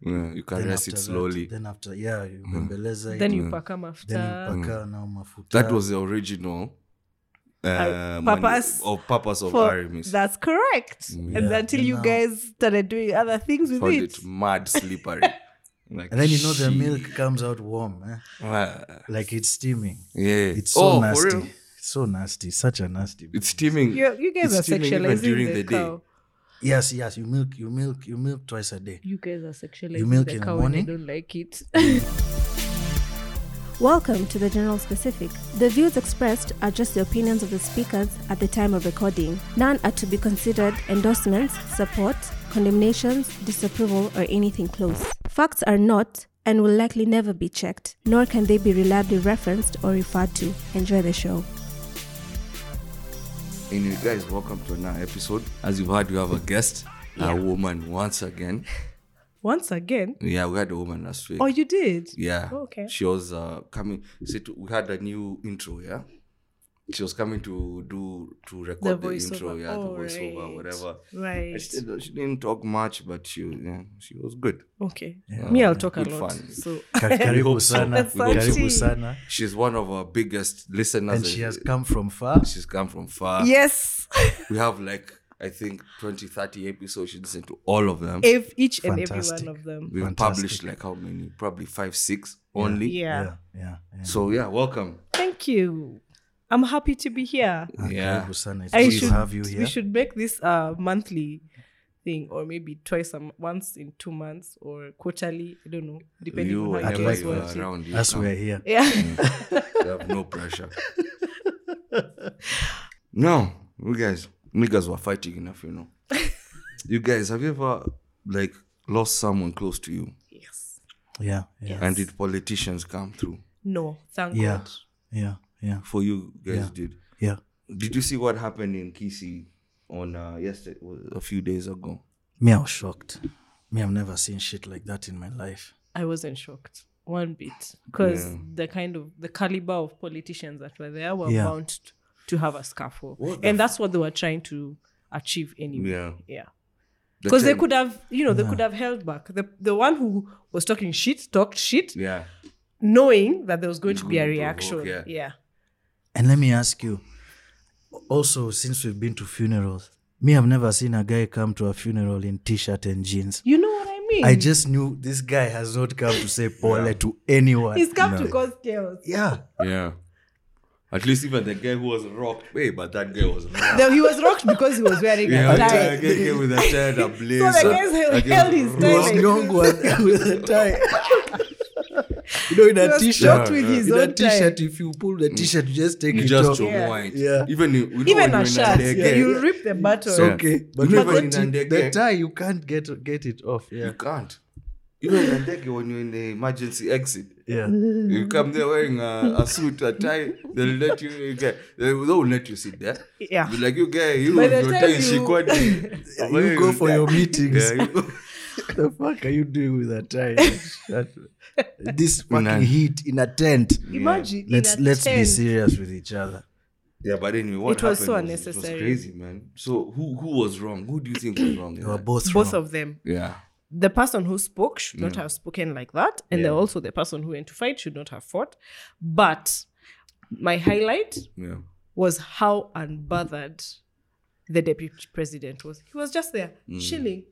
Yeah, you Then caress after it that- slowly. then after yeah ubembeleza it, then you Mm. paka then mafuta you paka nao mafuta That was the original uh, purpose manu- of purpose of for- Aramis. that's correct Mm. and Yeah, until then you now- guys started doing other things with Found it, it mad slippery. Like, and then you know the shit. milk comes out warm eh? Ah, like it's steaming yeah. it's so oh, nasty For real? It's so nasty such a nasty It's steaming. you, you guys It's are steaming even sexualizing during the, the day. cow yes yes you milk you milk you milk twice a day you guys are sexualizing milk the in the cow and i morning? don't like it Welcome to the General Specific. The views expressed are just the opinions of the speakers at the time of recording. None are to be considered endorsements, support, condemnations, disapproval, or anything close. Facts are not and will likely never be checked, nor can they be reliably referenced or referred to. Enjoy the show. Anyway, guys, welcome to another episode. As you've heard, we have a guest, a woman once again. once again Yeah, we had a woman last week. oh you did Yeah. Oh, okay. She was uh, coming. See, to- we had a new intro. Yeah. She was coming to do to the record the, voiceover intro. Yeah, Oh, the voiceover, right. whatever. And right She, did, she didn't talk much, but she yeah, she was good. okay Yeah. me i'll talk a Good lot fun. so Ka- karibu hope so. sana We hope so. karibu sana She's one of our biggest listeners. and she has come from far She's come from far. yes We have like I think 20, 30 episodes. She listened to all of them. if each and every Fantastic. one of them We've Fantastic. published like how many? Probably five, six only. yeah. yeah yeah, yeah. So yeah, welcome. thank you i'm happy to be here Ah, Yeah. karibu sana it's I good should- to have you here we should make this a monthly thing or maybe twice a m- once in two months or quarterly i don't know depending you on how you whenever guys you are watch it around, you as come. we're here yeah You have no pressure. no, you guys, niggas were fighting enough, you know. You guys, have you ever like lost someone close to you, yes yeah yeah and did politicians come through no thank Yeah. god yeah yeah for you guys? Yeah. Did yeah Did you see what happened in Kisi on uh, yesterday, a few days ago? me i was shocked me i've never seen shit like that in my life i wasn't shocked one bit because Yeah. the kind of the caliber of politicians that were there were Yeah. bound t- to have a scuffle What the and that's what they were trying to achieve anyway Yeah, yeah The because they time- could have you know they could have held back the the one who was talking shit talked shit Yeah, knowing that there was going It's to be a going to reaction provoke, yeah. yeah And let me ask you also, since we've been to funerals, me, I've never seen a guy come to a funeral in t shirt and jeans. you know what i mean I just knew this guy has not come to say pole to anyone. he's come to cause chaos yeah. yeah. At least even the guy who was rocked, hey, but that guy was rocked. Though he was rocked because he was wearing Yeah, a I tie tell- I get him with a tie and a blazer. so the guys held, Like, held his He was tie like, young one with a tie. you know, in He a was t shocked shirt. with his In a own t shirt, if you pull the t shirt, you just take you it just off. to Yeah. whine. Yeah. Even if, we know even when a you're in shirt a yeah, day, you rip the It's button Yeah. okay. But You you never even in a the deke. tie, you can't get, get it off. Yeah. you can't. Even in a day when you're in the emergency exit, Yeah. Mm. you come there wearing a, a suit, a tie, they'll let you, you get, they won't let you sit there. Yeah. Be like, you get, you, By the your time tie is you- shikwati. You go for your meetings. Yeah, you go. the fuck are you doing with that tie? That- this Nah. fucking heat in a tent. imagine in Let's a let's be tent. serious with each other. yeah, but anyway, what It was so happened It unnecessary. was crazy, man. So who who was wrong? Who do you think was wrong? in They were that? both both wrong. of them yeah. the person who spoke should not have spoken like that and Mm. Yeah. then also the person who went to fight should not have fought but my highlight Yeah. was how unbothered the deputy president was. He was just there, Mm. chilling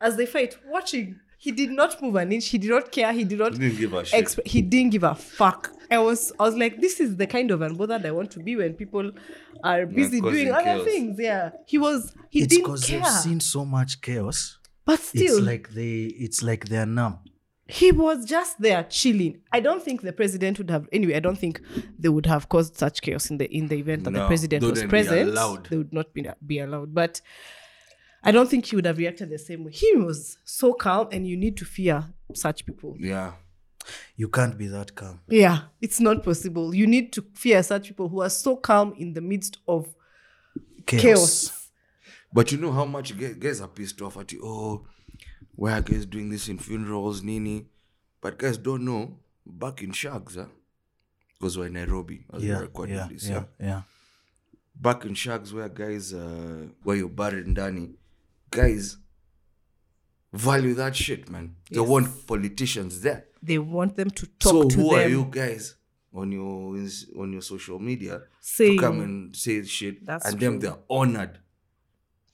as they fight, watching. He did not move an inch. He did not care. He did not. He didn't give a shit. exp- he didn't give a fuck. I was, I was like, this is the kind of unbothered I want to be when people are busy causing doing other chaos. things. Yeah, he was. He It's didn't because care. they've seen so much chaos. but still, It's like they it's like they're numb. he was just there chilling. I don't think the president would have. Anyway, I don't think they would have caused such chaos in the in the event that No, the president they was wouldn't be present. allowed. They would not be be allowed. But I don't think he would have reacted the same way. He was so calm, and you need to fear such people. Yeah. You can't be that calm. Yeah, it's not possible. You need to fear such people who are so calm in the midst of Chaos. chaos. But you know how much gu- guys are pissed off at you. Oh, why are guys doing this in funerals, Nini? But guys don't know back in Shags, huh? because we're in Nairobi as we're Yeah, recording yeah, this. Yeah. yeah, yeah. Back in Shags, where guys, uh, where you're buried, Danny, guys value that shit, man. They Yes. want politicians there. They want them to talk so to who them. are you guys on your ins- on your social media Saying- to come and say shit? That's and true. them they're honored.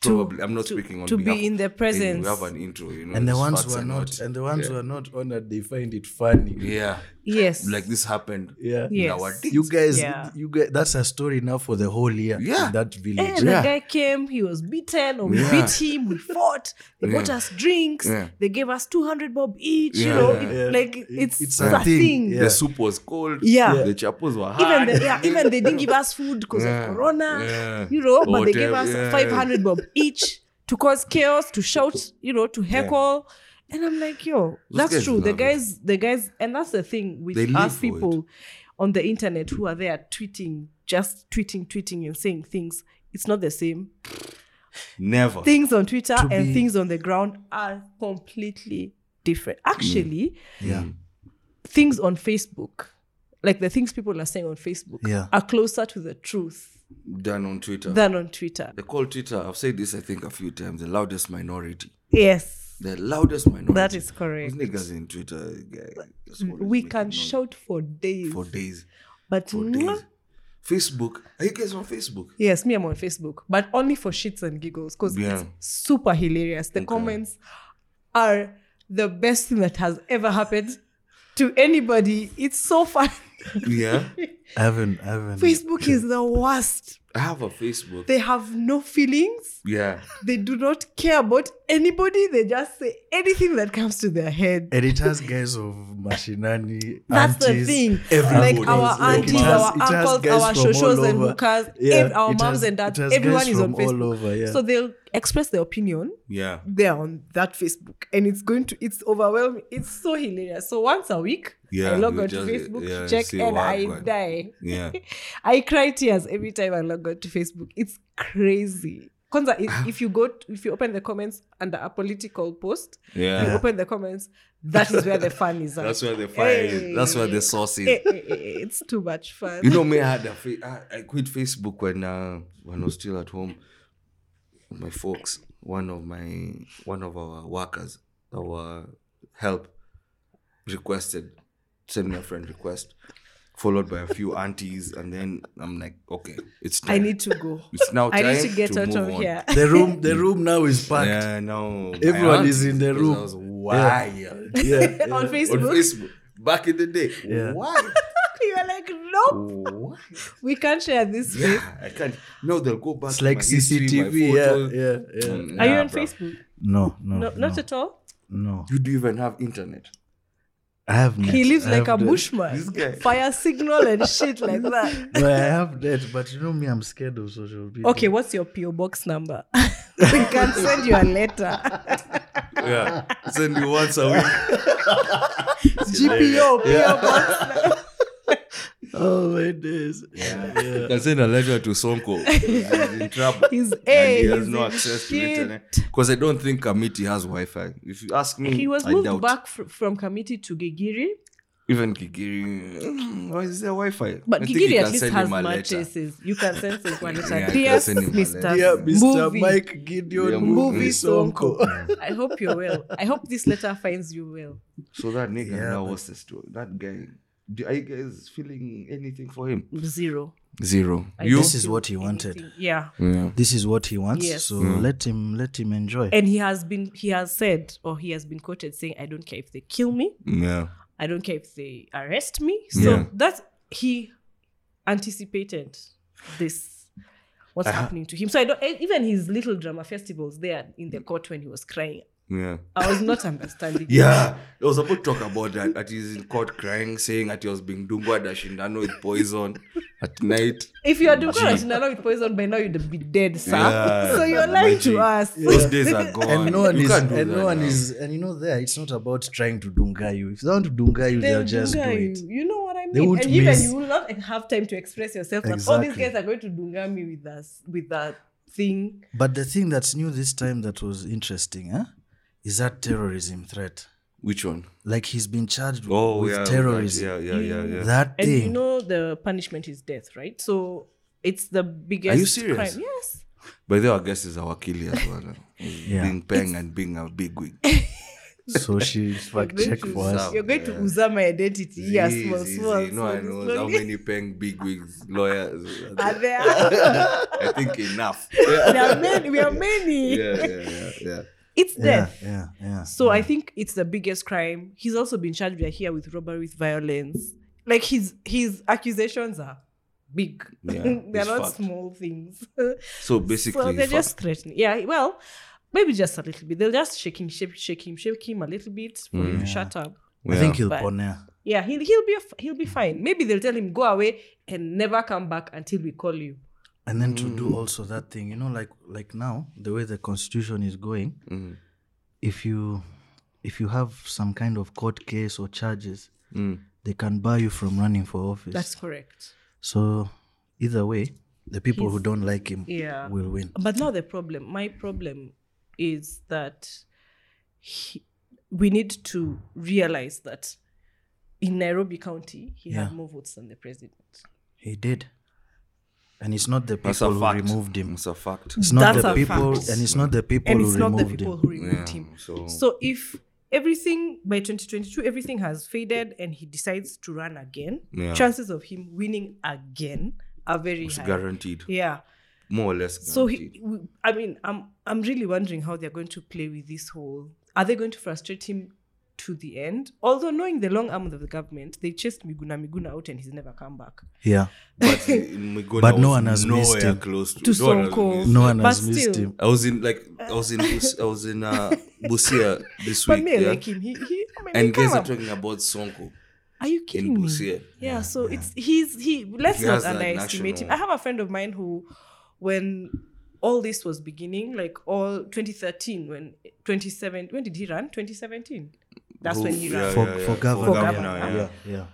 Probably, I'm not to- speaking on to be behalf of- in their Hey, presence. We have an intro, you know. and the these ones facts who are not and the ones yeah. who are not honored they find it funny yeah, Yes. like this happened. yeah Yes. In our you guys Yeah. you guys that's a story now for the whole year Yeah. in that And village the Yeah. guy came, he was beaten, or we Yeah. beat him, we fought, they bought Yeah. us drinks, Yeah. they gave us 200 bob each, you Yeah. know, Yeah. it- like it's, it's a, a thing. thing. The Yeah. soup was cold. Yeah. The chapels were Even hard. the, yeah, even they didn't give us food because Yeah. of corona, Yeah. you know, but they gave Whatever, us yeah. 500 bob each to cause chaos, to shout, you know, to heckle. And I'm like, yo, Those that's guys true. The love it. guys, the guys, and that's the thing with They live us for it. people on the internet who are there tweeting, just tweeting, tweeting, and saying things. It's not the same. Never. things on Twitter To and be- things on the ground are completely different. Actually, yeah things on Facebook, like the things people are saying on Facebook, Yeah. are closer to the truth Done on Twitter. than on Twitter. they call Twitter. I've said this, I think, a few times. The loudest minority. Yes, The loudest minority. that is Those correct. niggas in Twitter. yeah, just always We making can noise shout for days, for days. but For mwah, days. Facebook. Are you guys on Facebook? yes, me, I'm on Facebook, but only for shits and giggles because Yeah. it's super hilarious. The comments are the best thing that has ever happened to anybody. It's so fun. Yeah. i haven't i haven't Facebook is the worst. I have a Facebook. They have no feelings. Yeah. They do not care about anybody. They just say anything that comes to their head. and it has guys of mashinani That's the aunties, thing. everybody. Like Like, our it aunties, has- our it has uncles, guys our from shoshos all and over. hookahs, Yeah, ev- our it moms has- and dads, it has everyone guys is from on all Facebook. over, yeah. So they'll express their opinion. Yeah. They're on that Facebook, and it's going to it's overwhelming. It's so hilarious. So once a week, I Yeah, log you on to just- yeah, Facebook, to you check, see and what I happened. die. Yeah. I cry tears every time I log on to Facebook. It's crazy. Kwanza, i- if you go, to, if you open the comments under a political post, you Yeah. open the comments. That is where the fun is. At. That's where the fire is. That's where the sauce is. Eh, eh, eh, eh, It's too much fun. You know me, I had a fa- I, I quit Facebook when uh, when I was still at home. My folks, one of my one of our workers, our help, requested send me a friend request, followed by a few aunties, and then I'm like, okay, it's time. I need to go. It's now I need time to get to out move of on. here. the room the room now is packed Yeah, no. my Everyone aunt, is in the because room. I was wired yeah, yeah. on on Facebook, Facebook back in the day. Yeah. Why? you were like, nope, Why? we can't share this. Yeah, I can't. No, they'll go back. it's to like my history, my cctv yeah photos. yeah yeah Mm, Are you nah, on bruh. Facebook? no no No, Oh, no not at all. no You do even have internet. i have He net. lives I like a have net. This bushman. guy. Fire signal and shit like that. no, I have that, but you know me, I'm scared of social media. Okay, what's your PO box number? we can send you a letter. Yeah. Send me once a week. GPO, PO box. Oh my days. You can send a letter to Sonko. He's in trouble. He's and he A. has he's no in access to shit. internet. Because I don't think Kamiti has Wi Fi. If you ask me, He was I moved doubt. back fr- from committee to Gigiri, Even Kigiri. mm, Why is there Wi Fi? but I think you Gigiri can at least send has him a letter. mattresses. You can send him one letter. Yeah, I can Dear send him a Mr. letter. Dear Mr. Movie, Mike Gideon Yeah, Movie, Movie Sonko. I hope you're well. I hope this letter finds you well. So that nigga Yeah, now, but- what's the story? That guy. Do, are you guys feeling anything for him? Zero. Zero. I you? don't This is feel what he wanted. anything. Yeah. Yeah. This is what he wants, Yes. so Mm. let him let him enjoy. And he has been, he has said, or he has been quoted saying, I don't care if they kill me. Yeah. I don't care if they arrest me. So Yeah. that's he anticipated this what's Uh-huh. happening to him. So I don't e- even his little drama festivals there in the court when he was crying. Yeah. I was not understanding. Yeah, I was about to talk about that. That he's in court crying, saying that he was being dungwa dashindano with poison at night. If you are doing Shindano with poison by now, you'd be dead, sir. Yeah. so you're lying to Imagine. us. Those days are gone. and no one You is can't do and that no one now. is and you know there it's not about trying to dunga you. If they want to dunga you, they'll They'll just do dunga it. you. You know what I mean? They won't and even miss. you will not have time to express yourself. That all these Exactly. guys are going to dunga me with us with that thing. But the thing that's new this time that was interesting, huh? Is that terrorism threat. Which one? Like he's been charged Oh, with yeah, with that. terrorism. Yeah, yeah, yeah, yeah. That And thing. you know the punishment is death, right? So it's the biggest serious? crime. Yes. By the way, our guest is a wakili as well. eh? Being Peng and being a bigwig. so she fact You're going check to- for us Sawa. You're going to uza my identity. Yes, Easy, small, easy. small, No, I small, know how small. many Peng bigwigs lawyers. Are there? I think enough. there are many. We are many. yeah, yeah, yeah, yeah. It's yeah death. yeah yeah So I think it's the biggest crime. He's also been charged by here with robbery with violence. Like his his accusations are big. Yeah, they're it's not fact. small things. So basically, so they're fuck- just threatening. Yeah, well, maybe just a little bit. They'll just shake him, shake, shake him, shake him a little bit for him Mm. to shut up. i think Yeah. he'll But- ponea Yeah, he'll he'll be f- he'll be fine. Maybe they'll tell him go away and never come back until we call you. and then to Mm. do also that thing you know like like now the way the constitution is going Mm. if you if you have some kind of court case or charges Mm. they can bar you from running for office That's correct. so either way the people who He's- don't like him Yeah. will win But now the problem, my problem is that he, we need to realize that in Nairobi County, he had Yeah. more votes than the president. he did and it's not the That's a people who fact. removed him It's a fact. it's not That's the a people fact. and it's not the people and who it's not the removed people him who removed Yeah, him. so- so if everything by 2022, everything has faded and he decides to run again, Yeah. chances of him winning again are very It's high. guaranteed, Yeah. more or less. So guaranteed. he, w- I mean, I'm I'm really wondering how they're going to play with this whole. Are they going to frustrate him to the end? Although knowing the long arm of the government, they chased Miguna Miguna out and he's never come back. yeah but, uh, Miguna But no was one has missed nowhere him. Close to, To no one has Sonko. missed no one But has missed still- him I was in like I was in Bus- I was in uh, Busia this But week, me, I yeah? like him, he, he I mean, he and guys come are up. talking about Sonko. Are you kidding me? Yeah, Busia. so it's he's he. Let's He not has that underestimate him. I national- have a friend of mine who, when all this was beginning, like all 2013, when 27, when did he run? 2017. That's Who- when he ran. Oh, yeah, for, yeah, yeah, for for governor, governor, yeah, yeah. yeah, yeah.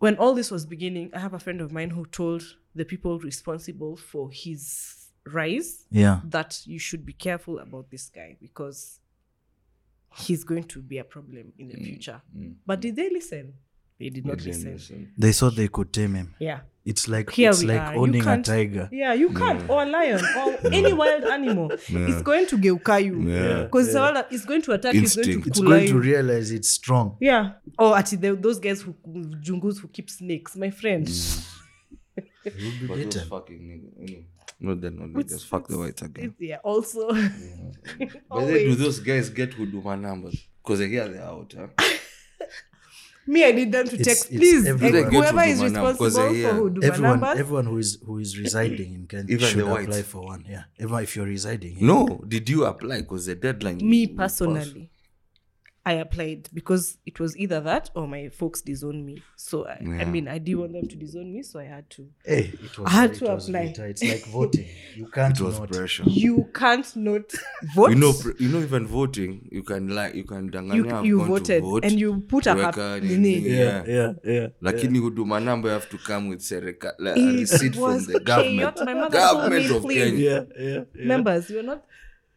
when all this was beginning, I have a friend of mine who told the people responsible for his rise Yeah, that you should be careful about this guy because he's going to be a problem in the future. Mm, But did they listen? They did not listen. they thought they could tame him. Yeah. It's like Here it's we like are. You owning a can't- tiger. Yeah, you can't, or a lion, or any wild animal. It's going to geuka you. Yeah. Because it's going to attack you, Instinct. it's It's going to going kula to you. realize it's strong. yeah. Or at the, those guys who, jungus who keep snakes, my friend. You'll be beaten. fucking nigga, mm. anyway. Not that, not that. It's- Just fuck the whites again. It's- Yeah, also. But then do always. those guys get Huduma numbers? Because I hear they're out. Huh? me i need them to It's- take it's please and everywhere. whoever Get is Huduma now, 'cause responsible they hear for huduma Everyone, numbers everyone who is who is residing in Kenya Even should the whites. apply for one. Yeah, everyone if you're residing. here. No, did you apply? Because the deadline. me will pass. personally i applied because it was either that or my folks disowned me so i, I Yeah. mean i didn't want them to disown me so i had to Hey, it was, I had it to was apply. bitter. It's like voting. You can't It was not. pressure. you can't not vote You know, pr- you know, even voting, you can like, you can you, danganya. you I'm going to voted vote. and you put a Weka happy nini. name Yeah. yeah, yeah. lakini huduma number you have to come with serika, like, a receipt it from was the government chaos. My mother told government me, of please, Kenya. yeah, yeah, yeah. members, you're not,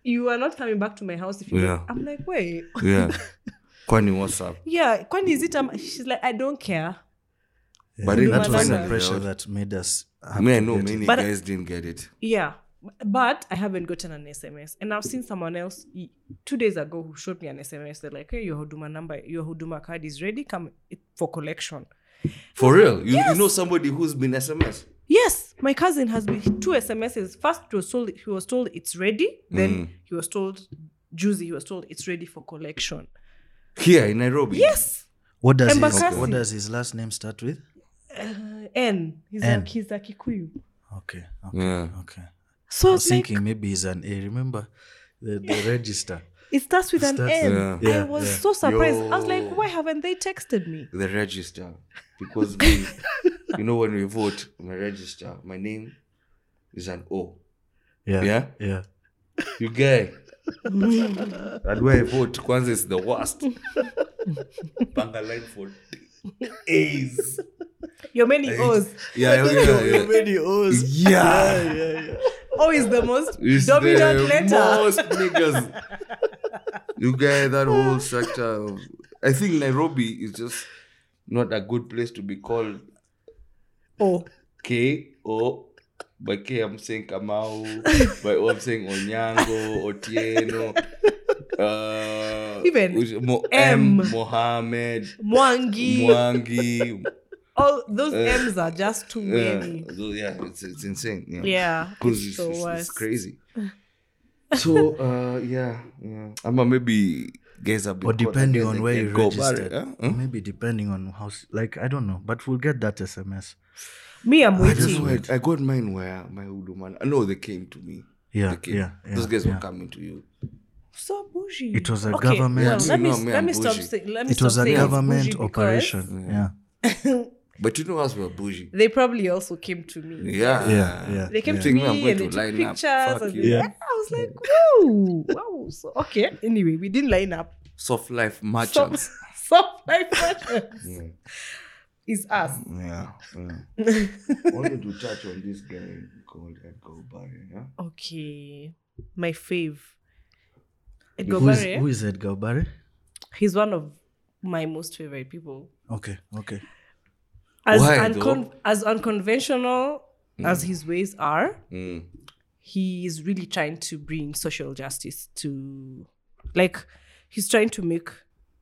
you are not coming back to my house if you. Yeah. I'm like, wait, Yeah. Kwani what's up? yeah. When is it? Um, she's like, I don't care. Yeah. But it that was was the not- pressure that made us. I have mean, I to know get it. many But- guys didn't get it. Yeah, but I haven't gotten an SMS, and I've seen someone else y- two days ago who showed me an SMS. They're like, "Hey, your Huduma number, your Huduma card is ready. Come it- for collection." For real. You, you know somebody who's been SMS? Yes, my cousin has been two SMSs. First, he was told he was told it's ready. Then Mm. he was told, Juicy, he was told it's ready for collection. Here in Nairobi. Yes, What does his, Embakasi. what does his last name start with? Uh, N. He's N. like he's a Kikuyu. Okay, okay, Yeah. okay. So I it's was like thinking maybe he's an A. Remember the, the register. it starts with It an starts N. with- Yeah. I was Yeah. so surprised. I was Yo. like, why haven't they texted me? The register. Because we, you know when we vote, my register, my name is an O. Yeah. Yeah? Yeah. You guy. and where I vote, Kwanzaa is the worst. Panga line for A's. Your many O's. Yeah, yeah, yeah. yeah. Yeah. O is the most It's dominant the letter. Most niggas. you guys, that whole sector. of- I think Nairobi is just not a good place to be called Oh, K O by K, I'm saying Kamau, by O, I'm saying Onyango, Otieno, uh, Even which- Mo- M. M. Mohammed, Mwangi. Mwangi. All those Uh, M's are just too Yeah, many. so, yeah it's, it's insane. Yeah. Yeah. Because it's it's, the it's, it's worst. crazy. so uh, yeah, yeah. Ama maybe guys have been or caught depending again, on they where you can go back, registered. eh? Huh? Maybe depending on how, s- like, I don't know, but we'll get that SMS. Me, I'm I just waiting. went. I got mine where my Uduman. No, they came to me. Yeah, They came. yeah, yeah, Those guys yeah. were coming to you. So bougie. It was a government- Well, Yeah, let me, no, me, let I'm me stop bougie. saying. Let me It stop was a saying it's government bougie because operation. Yeah. But you know us were bougie. They probably also came to me. Yeah. Yeah, yeah. They came You to think me, I'm me going and they to took line up? pictures. Fuck and you. they- Yeah. I was like, wow, wow. So okay. Anyway, we didn't line up. Soft life Stop, merchants. stop my questions. Yeah. It's us. Yeah. yeah. Wanted to touch on this guy called Edgar Barry. Yeah. Okay, my fave. Edgar Who is, Barre, who is Edgar Barry? he's one of my most favorite people. Okay, okay. As, Why, uncon- as unconventional as his ways are, Mm. he is really trying to bring social justice to, like, he's trying to make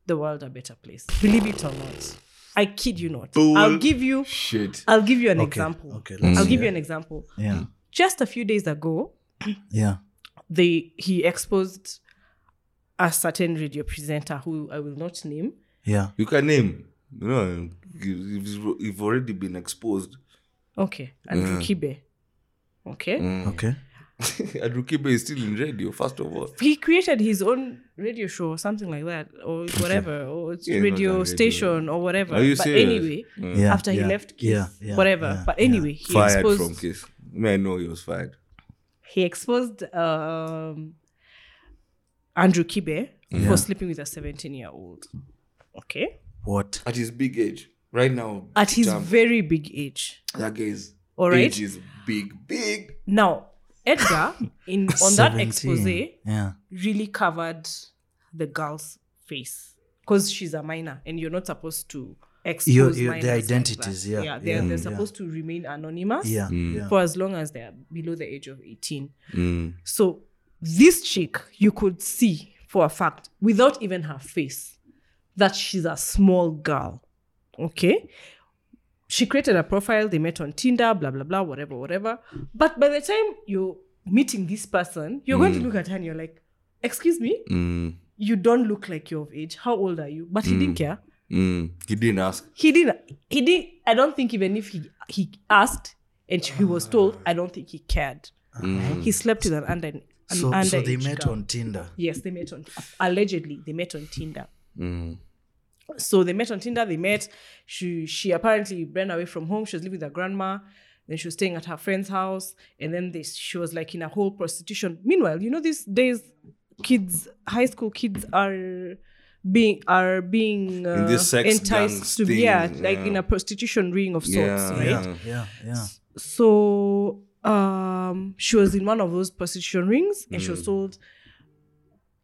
the world a better place. Believe it or not, I kid you not. I'll give you, Shit. I'll give you an Okay, example. Mm. okay, Mm. let's I'll see give you it. an example. Yeah, Just a few days ago, yeah. they he exposed a certain radio presenter who I will not name. Yeah. You can name. You know, you- you've you've already been exposed. Okay, Mm. Andrew Kibe. Okay, Okay. Andrew Kibe is still in radio, first of all. he created his own radio show or something like that, or whatever, or it's Yeah, not radio on radio. station or whatever. Are you but serious? Mm. anyway, Yeah. after he yeah, left Kiss, yeah, yeah, whatever. yeah, but yeah. anyway, he fired exposed from Kiss. Me, I know he was fired. he exposed um, Andrew Kibe for sleeping with a seventeen-year-old. Okay, What? At his big age, right now, at his Damn. very big age. that guy's All right. age is big, big. Now, Edgar, in on that 17. expose, Yeah. really covered the girl's face because she's a minor and you're not supposed to expose Your- your- their minors like that. identities, yeah, yeah, they're, yeah, yeah. they're supposed to remain anonymous Yeah. Mm. yeah. for as long as they're below the age of 18. So this chick, you could see for a fact, without even her face, that she's a small girl. Okay. She created a profile, they met on Tinder, blah, blah, blah, whatever, whatever. But by the time you're meeting this person, you're going to look at her and you're like, excuse me, Mm, you don't look like you're of age. How old are you? But he didn't care. mm. He didn't ask. He didn't he didn't I don't think even if he he asked and he was told, I don't think he cared. He slept with an under an So, so they underage met girl. on Tinder. Yes, they met on allegedly they met on Tinder. Mm. So they met on Tinder. They met. She she apparently ran away from home. She was living with her grandma. Then she was staying at her friend's house, and then they, she was like in a whole prostitution. Meanwhile, you know these days, kids, high school kids are being are being uh, this sex gangs enticed to be thing, yeah, like yeah. in a prostitution ring of sorts, Yeah. right? Yeah, yeah, yeah. so um she was in one of those prostitution rings and she Mm. was told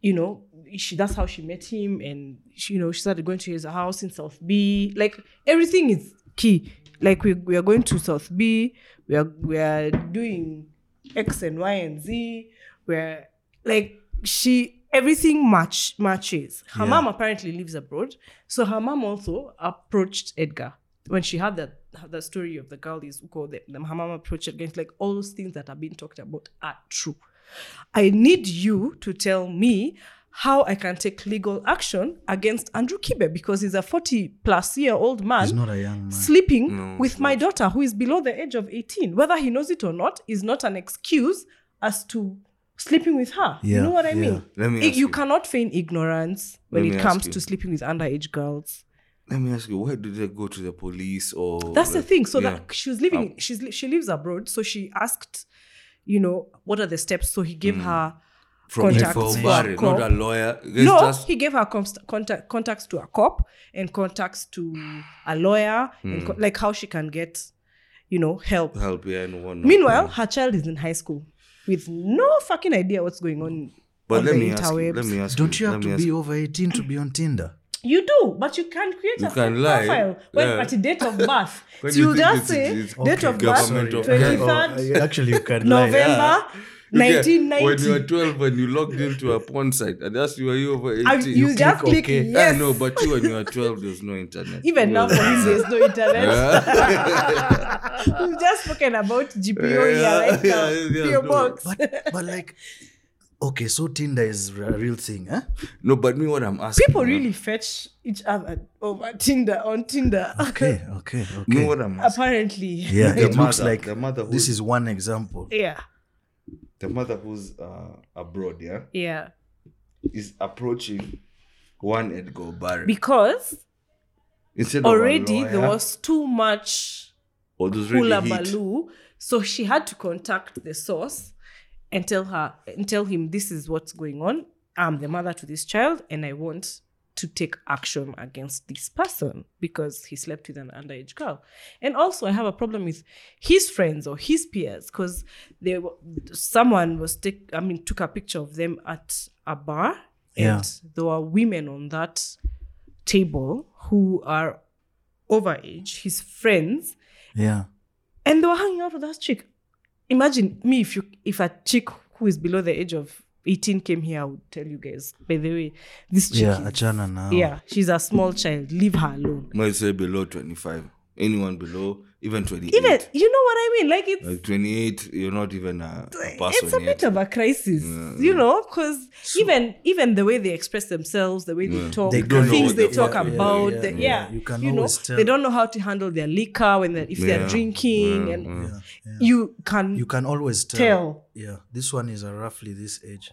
you know she that's how she met him and she, you know she started going to his house in south b like everything is key like we, we are going to south b we are we are doing x and y and z where like she everything match matches her mom apparently lives abroad so her mom also approached edgar when she had that the story of the girl is Uko, the, the, her mom approached Edgar. It's like all those things that are being talked about are true. I need you to tell me how I can take legal action against Andrew Kibe because he's a 40 plus year old man He's not a young man. sleeping with my daughter who is below the age of 18 whether he knows it or not is not an excuse as to sleeping with her you Yeah, know what i yeah. mean Let me I- ask you you. cannot feign ignorance when Let it me ask comes you. to sleeping with underage girls Let me ask you, why did they go to the police or? that's the thing so Oh, Yeah. Um, that she was living she's li- she lives abroad so she asked you know what are the steps so he mm. gave her from contacts Ifo for Obari, cop. not a lawyer. It's no, just- he gave her const- contact, contacts to a cop and contacts to a lawyer, and co- like how she can get, you know, help. Hmm. help yeah, and whatnot. Meanwhile, her child is in high school with no fucking idea what's going on. but on let the me ask you. interwebs. Let me ask Don't you let have me to ask be over 18 to be on Tinder? You do, but you can create You a can fake lie, profile when yeah. at date of birth. When so you you think just say it's- it's date Okay, of birth, government of- twenty Oh, third actually, you can lie. November, Okay, nineteen When you were ninety. 12 and you logged into a porn site, and that's you were you over 18. You just click click okay. Yeah, yes. no, but you when you were 12, there's no internet. Even now, for eh? him, there's no internet. Yeah. We've just spoken about GPO here Yeah, right now. yeah, yeah, PO no. uh, box. But, but like, okay, so Tinder is a real thing, huh? No, but me, what I'm asking. People yeah, really fetch each other over Tinder on Tinder. Okay, okay, okay. Me, what I'm asking. Apparently. yeah, The it looks mother- like the mother this who- is one example. Yeah. The mother who's uh, abroad, yeah, Yeah. is approaching one Edgar Barry. Because Instead already of a lawyer, there was too much or there's hula really heat. baloo. So she had to contact the source and tell her and tell him this is what's going on. I'm the mother to this child and I want to take action against this person because he slept with an underage girl. And also I have a problem with his friends or his peers because they were, someone was take I mean took a picture of them at a bar Yeah. and there were women on that table who are overage, his friends, Yeah. and they were hanging out with that chick. Imagine me if you if a chick who is below the age of 18 came here, I would tell you guys, by the way, this chick Yeah, is, achana now. yeah, she's a small child. Leave her alone. Might say below 25. Anyone below, even 28. Even you know what I mean? Like it's like 28, you're not even a, a person it's a yet. bit of a crisis, you know, because even even the way they express themselves, the way they talk, They the don't know things what they they talk want. Yeah, about, yeah, the- yeah, yeah. You can know, always tell. they don't know how to handle their liquor when they're, if Yeah, they're drinking, yeah, and yeah. you can You can always tell. tell. Yeah, this one is uh, roughly this age.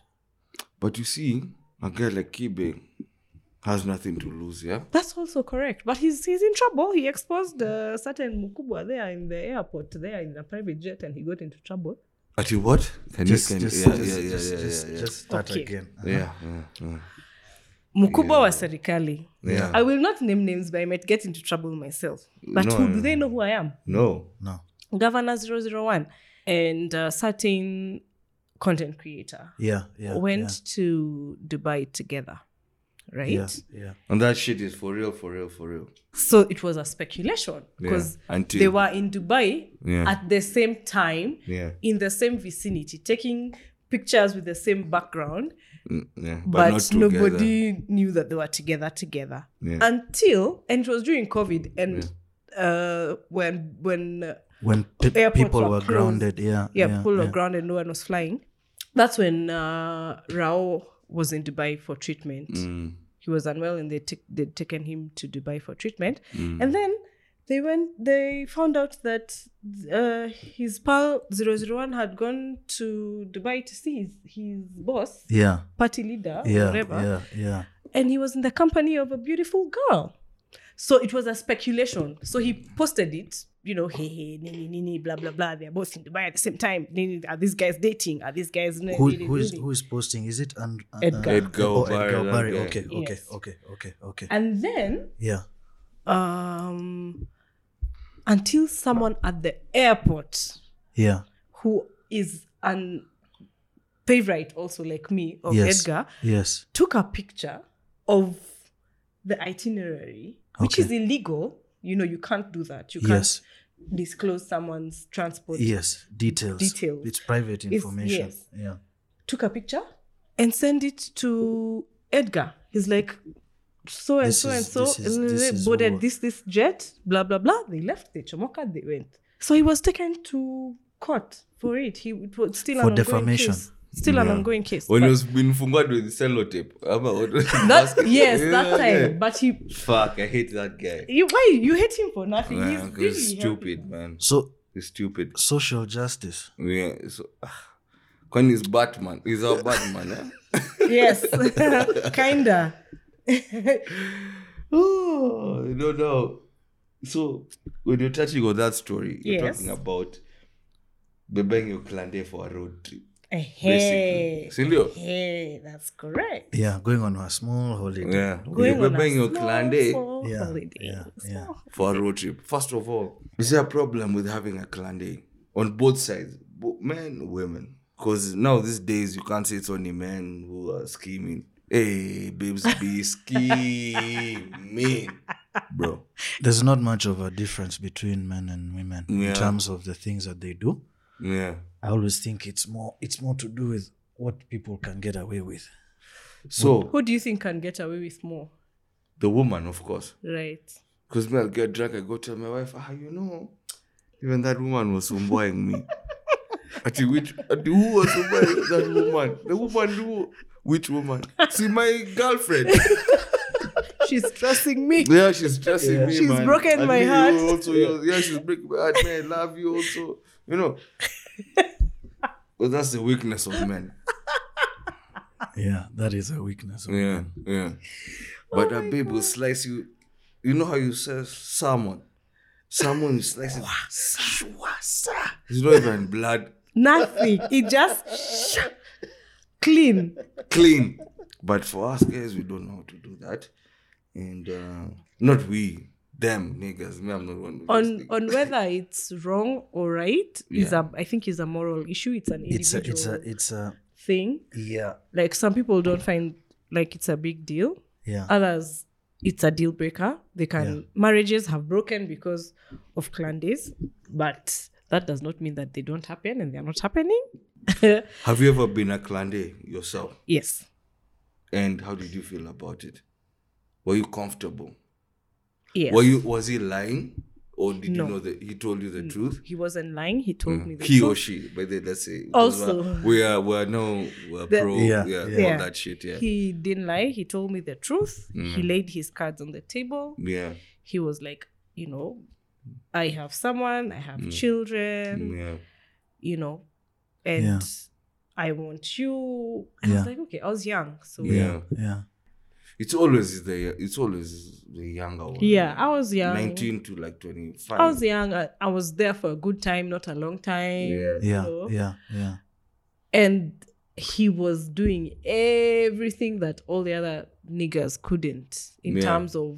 But you see, a guy like Kibe has nothing to lose, yeah? That's also correct, but he's he's in trouble. He exposed uh, certain mukubwa there in the airport, there in a private jet, and he got into trouble. At you what? Can Just, you can, just, yeah, just, yeah, yeah, just, yeah, just, yeah, yeah. just start Okay. again. yeah, yeah, yeah. Mukubwa wa serikali. Yeah. I will not name names, but I might get into trouble myself. But No, who, no, do they know who I am? No. No. Governor 001 and a certain content creator Yeah, yeah. went to Dubai together, right? Yeah, yeah. yeah. And that shit is for real, for real, for real. So it was a speculation because Yeah. Until- they were in Dubai Yeah. at the same time, Yeah. in the same vicinity, taking pictures with the same background, Mm, Yeah. but, not together. nobody knew that they were together together Yeah. until and it was during COVID and uh, when when uh, When pe- Airports people were were closed. grounded, yeah. yeah, people were yeah. grounded, no one was flying. That's when uh, Rao was in Dubai for treatment. Mm. He was unwell, and they took they'd taken him to Dubai for treatment. Mm. And then they went. They found out that uh, his pal 001 had gone to Dubai to see his, his boss, Yeah, party leader, or yeah, whatever, yeah, yeah. and he was in the company of a beautiful girl. So it was a speculation. So he posted it, you know, hey, hey, nini, nini, blah, blah, blah. They're both in Dubai at the same time. Nini, are these guys dating? Are these guys. nini, Who, nini, who is nini?" who is posting? Is it and uh, Edgar. uh, Edgar oh, Obari, Edgar that Obari. guy. Okay, okay, Yes. okay, okay, okay. And then, yeah, um, until someone at the airport yeah, who is an favorite also like me of Yes. Edgar yes. took a picture of the itinerary, which Okay. is illegal. You know, you can't do that. You can't Yes, disclose someone's transport yes. Details. Details. It's private information. yes. Yeah. took a picture and sent it to edgar he's like so and This so is- and so this is- this is boarded what- this this jet blah blah blah they left they chomoka they went so he was taken to court for it he it was still For an defamation. ongoing case. still an ongoing case When but- it was being fungwad with cellotape. Ama what- that, yes Yeah, that time yeah. but he Fuck, I hate that guy. you why you hate him for nothing Yeah, he's 'cause really he's helping. stupid, man. So He's stupid. social justice. Yeah, so ah, Kwani is Batman. He's our Batman, eh? yes kinda Oh, no, no. So when you're touching on that story, you're Yes. talking about bebang your clan for a road trip. Eh, hey Basically. Sindio? hey that's correct Yeah, going on a small holiday. Yeah. going you're on a bebang your small, clan small Yeah, holiday. yeah, yeah. Small. for a road trip. First of all, is there a problem with having a clan day on both sides, bo- men, women? Because now these days you can't say it's only men who are scheming. Hey, babes, be scheming, bro. There's not much of a difference between men and women Yeah. in terms of the things that they do. Yeah. I always think it's more it's more to do with what people can get away with. So Who do you think can get away with more? the woman, of course, Right. because me, I'll get drunk. I go tell my wife, ah, you know, even that woman was sumboying me. At which, at who was sumboying that woman? The woman who? Which woman? See my girlfriend. She's trusting me. Yeah, she's stressing me. She's man. broken I my think heart. you Also, you- yeah, she's breaking my heart. Man, I love you also. You know. But that's the weakness of men. Yeah, that is a weakness. of Yeah, men. yeah. Oh But a babe will slice you. You know how you say salmon? Salmon is slicing. It's not even blood. Nothing. It just sh- clean. Clean. But for us guys, we don't know how to do that. And uh, not we, them niggas. Me, I'm not one of those On niggas. on whether it's wrong or right is Yeah. a I think is a moral issue. It's an It's a individual it's a it's a thing. yeah. Like some people don't find like it's a big deal. Yeah. Others it's a deal breaker. They can Yeah. marriages have broken because of clan days, but that does not mean that they don't happen and they are not happening. Have you ever been a clandé yourself? yes. and how did you feel about it were you comfortable Yes. were you was he lying or did No. Mm. you know that he told you the truth He wasn't lying. He told me the Mm. he or truth. she but then let's say Also. we are we are no we're The- pro Yeah, yeah, yeah, yeah. all that shit yeah Mm. He didn't lie. He told me the truth. He laid his cards on the table. yeah He was like, you know, I have someone, I have children, Mm. yeah you know, and Yeah. I want you. And I was Yeah. like, okay, I was young. So yeah Yeah. it's always the it's always the younger one Yeah, I was young. 19 to like 25 I was young. I, I was there for a good time, not a long time. yeah Yeah. So- Yeah. Yeah. And he was doing everything that all the other niggas couldn't in Yeah. terms of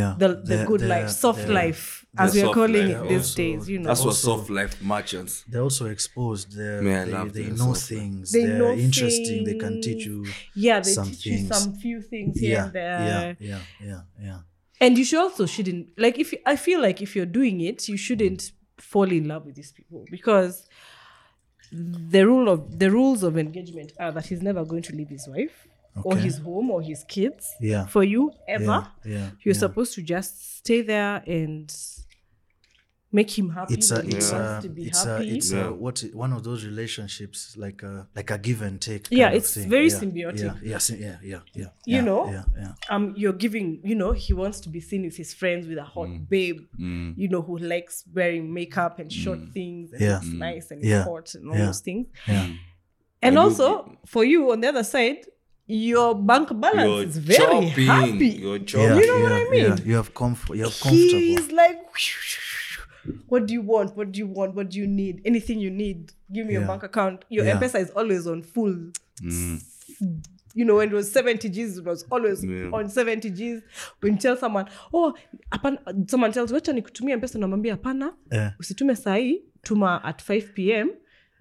Yeah. the, the, good life, soft they're- life, as The we are soft calling life, it yeah. these Also, days. You know, that's what Also- soft life merchants They're also exposed. They're, Man, I they love they them so know much. things. They They are know interesting. They can teach you. yeah, they some teach you things. some few things here Yeah. and there, Yeah. Yeah. Yeah. Yeah. and you should also shouldn't like if I feel like if you're doing it, you shouldn't fall in love with these people because the rule of the rules of engagement are that he's never going to leave his wife or Okay. his home or his kids Yeah. for you ever. Yeah. yeah You're yeah. supposed to just stay there and make him happy. it's a when he it's wants a to be it's happy. a it's Yeah. a what i- one of those relationships like a like a give and take Yeah, kind of it's thing. very yeah, symbiotic. yeah yeah sy- yeah yeah, yeah You yeah, know? yeah yeah um you're giving you know he wants to be seen with his friends with a hot babe Mm. you know who likes wearing makeup and short things and Yeah. it's nice and Yeah. it's hot and all Yeah. those things yeah Hmm. and And you- also for you on the other side your bank balance you're is very chopping happy you're yeah, chopping You know what I yeah, mean? you have comfort you're he comfortable is like what do you want what do you want what do you need anything you need give me your Yeah. bank account your Yeah. Mm. M-Pesa is always on full you know when it was 70 g's it was always Yeah. on 70 g's when you tell someone oh hapana someone tells you, wacha nikutumie mpesa unamwambia hapana yeah. usitume sahi tuma at 5 pm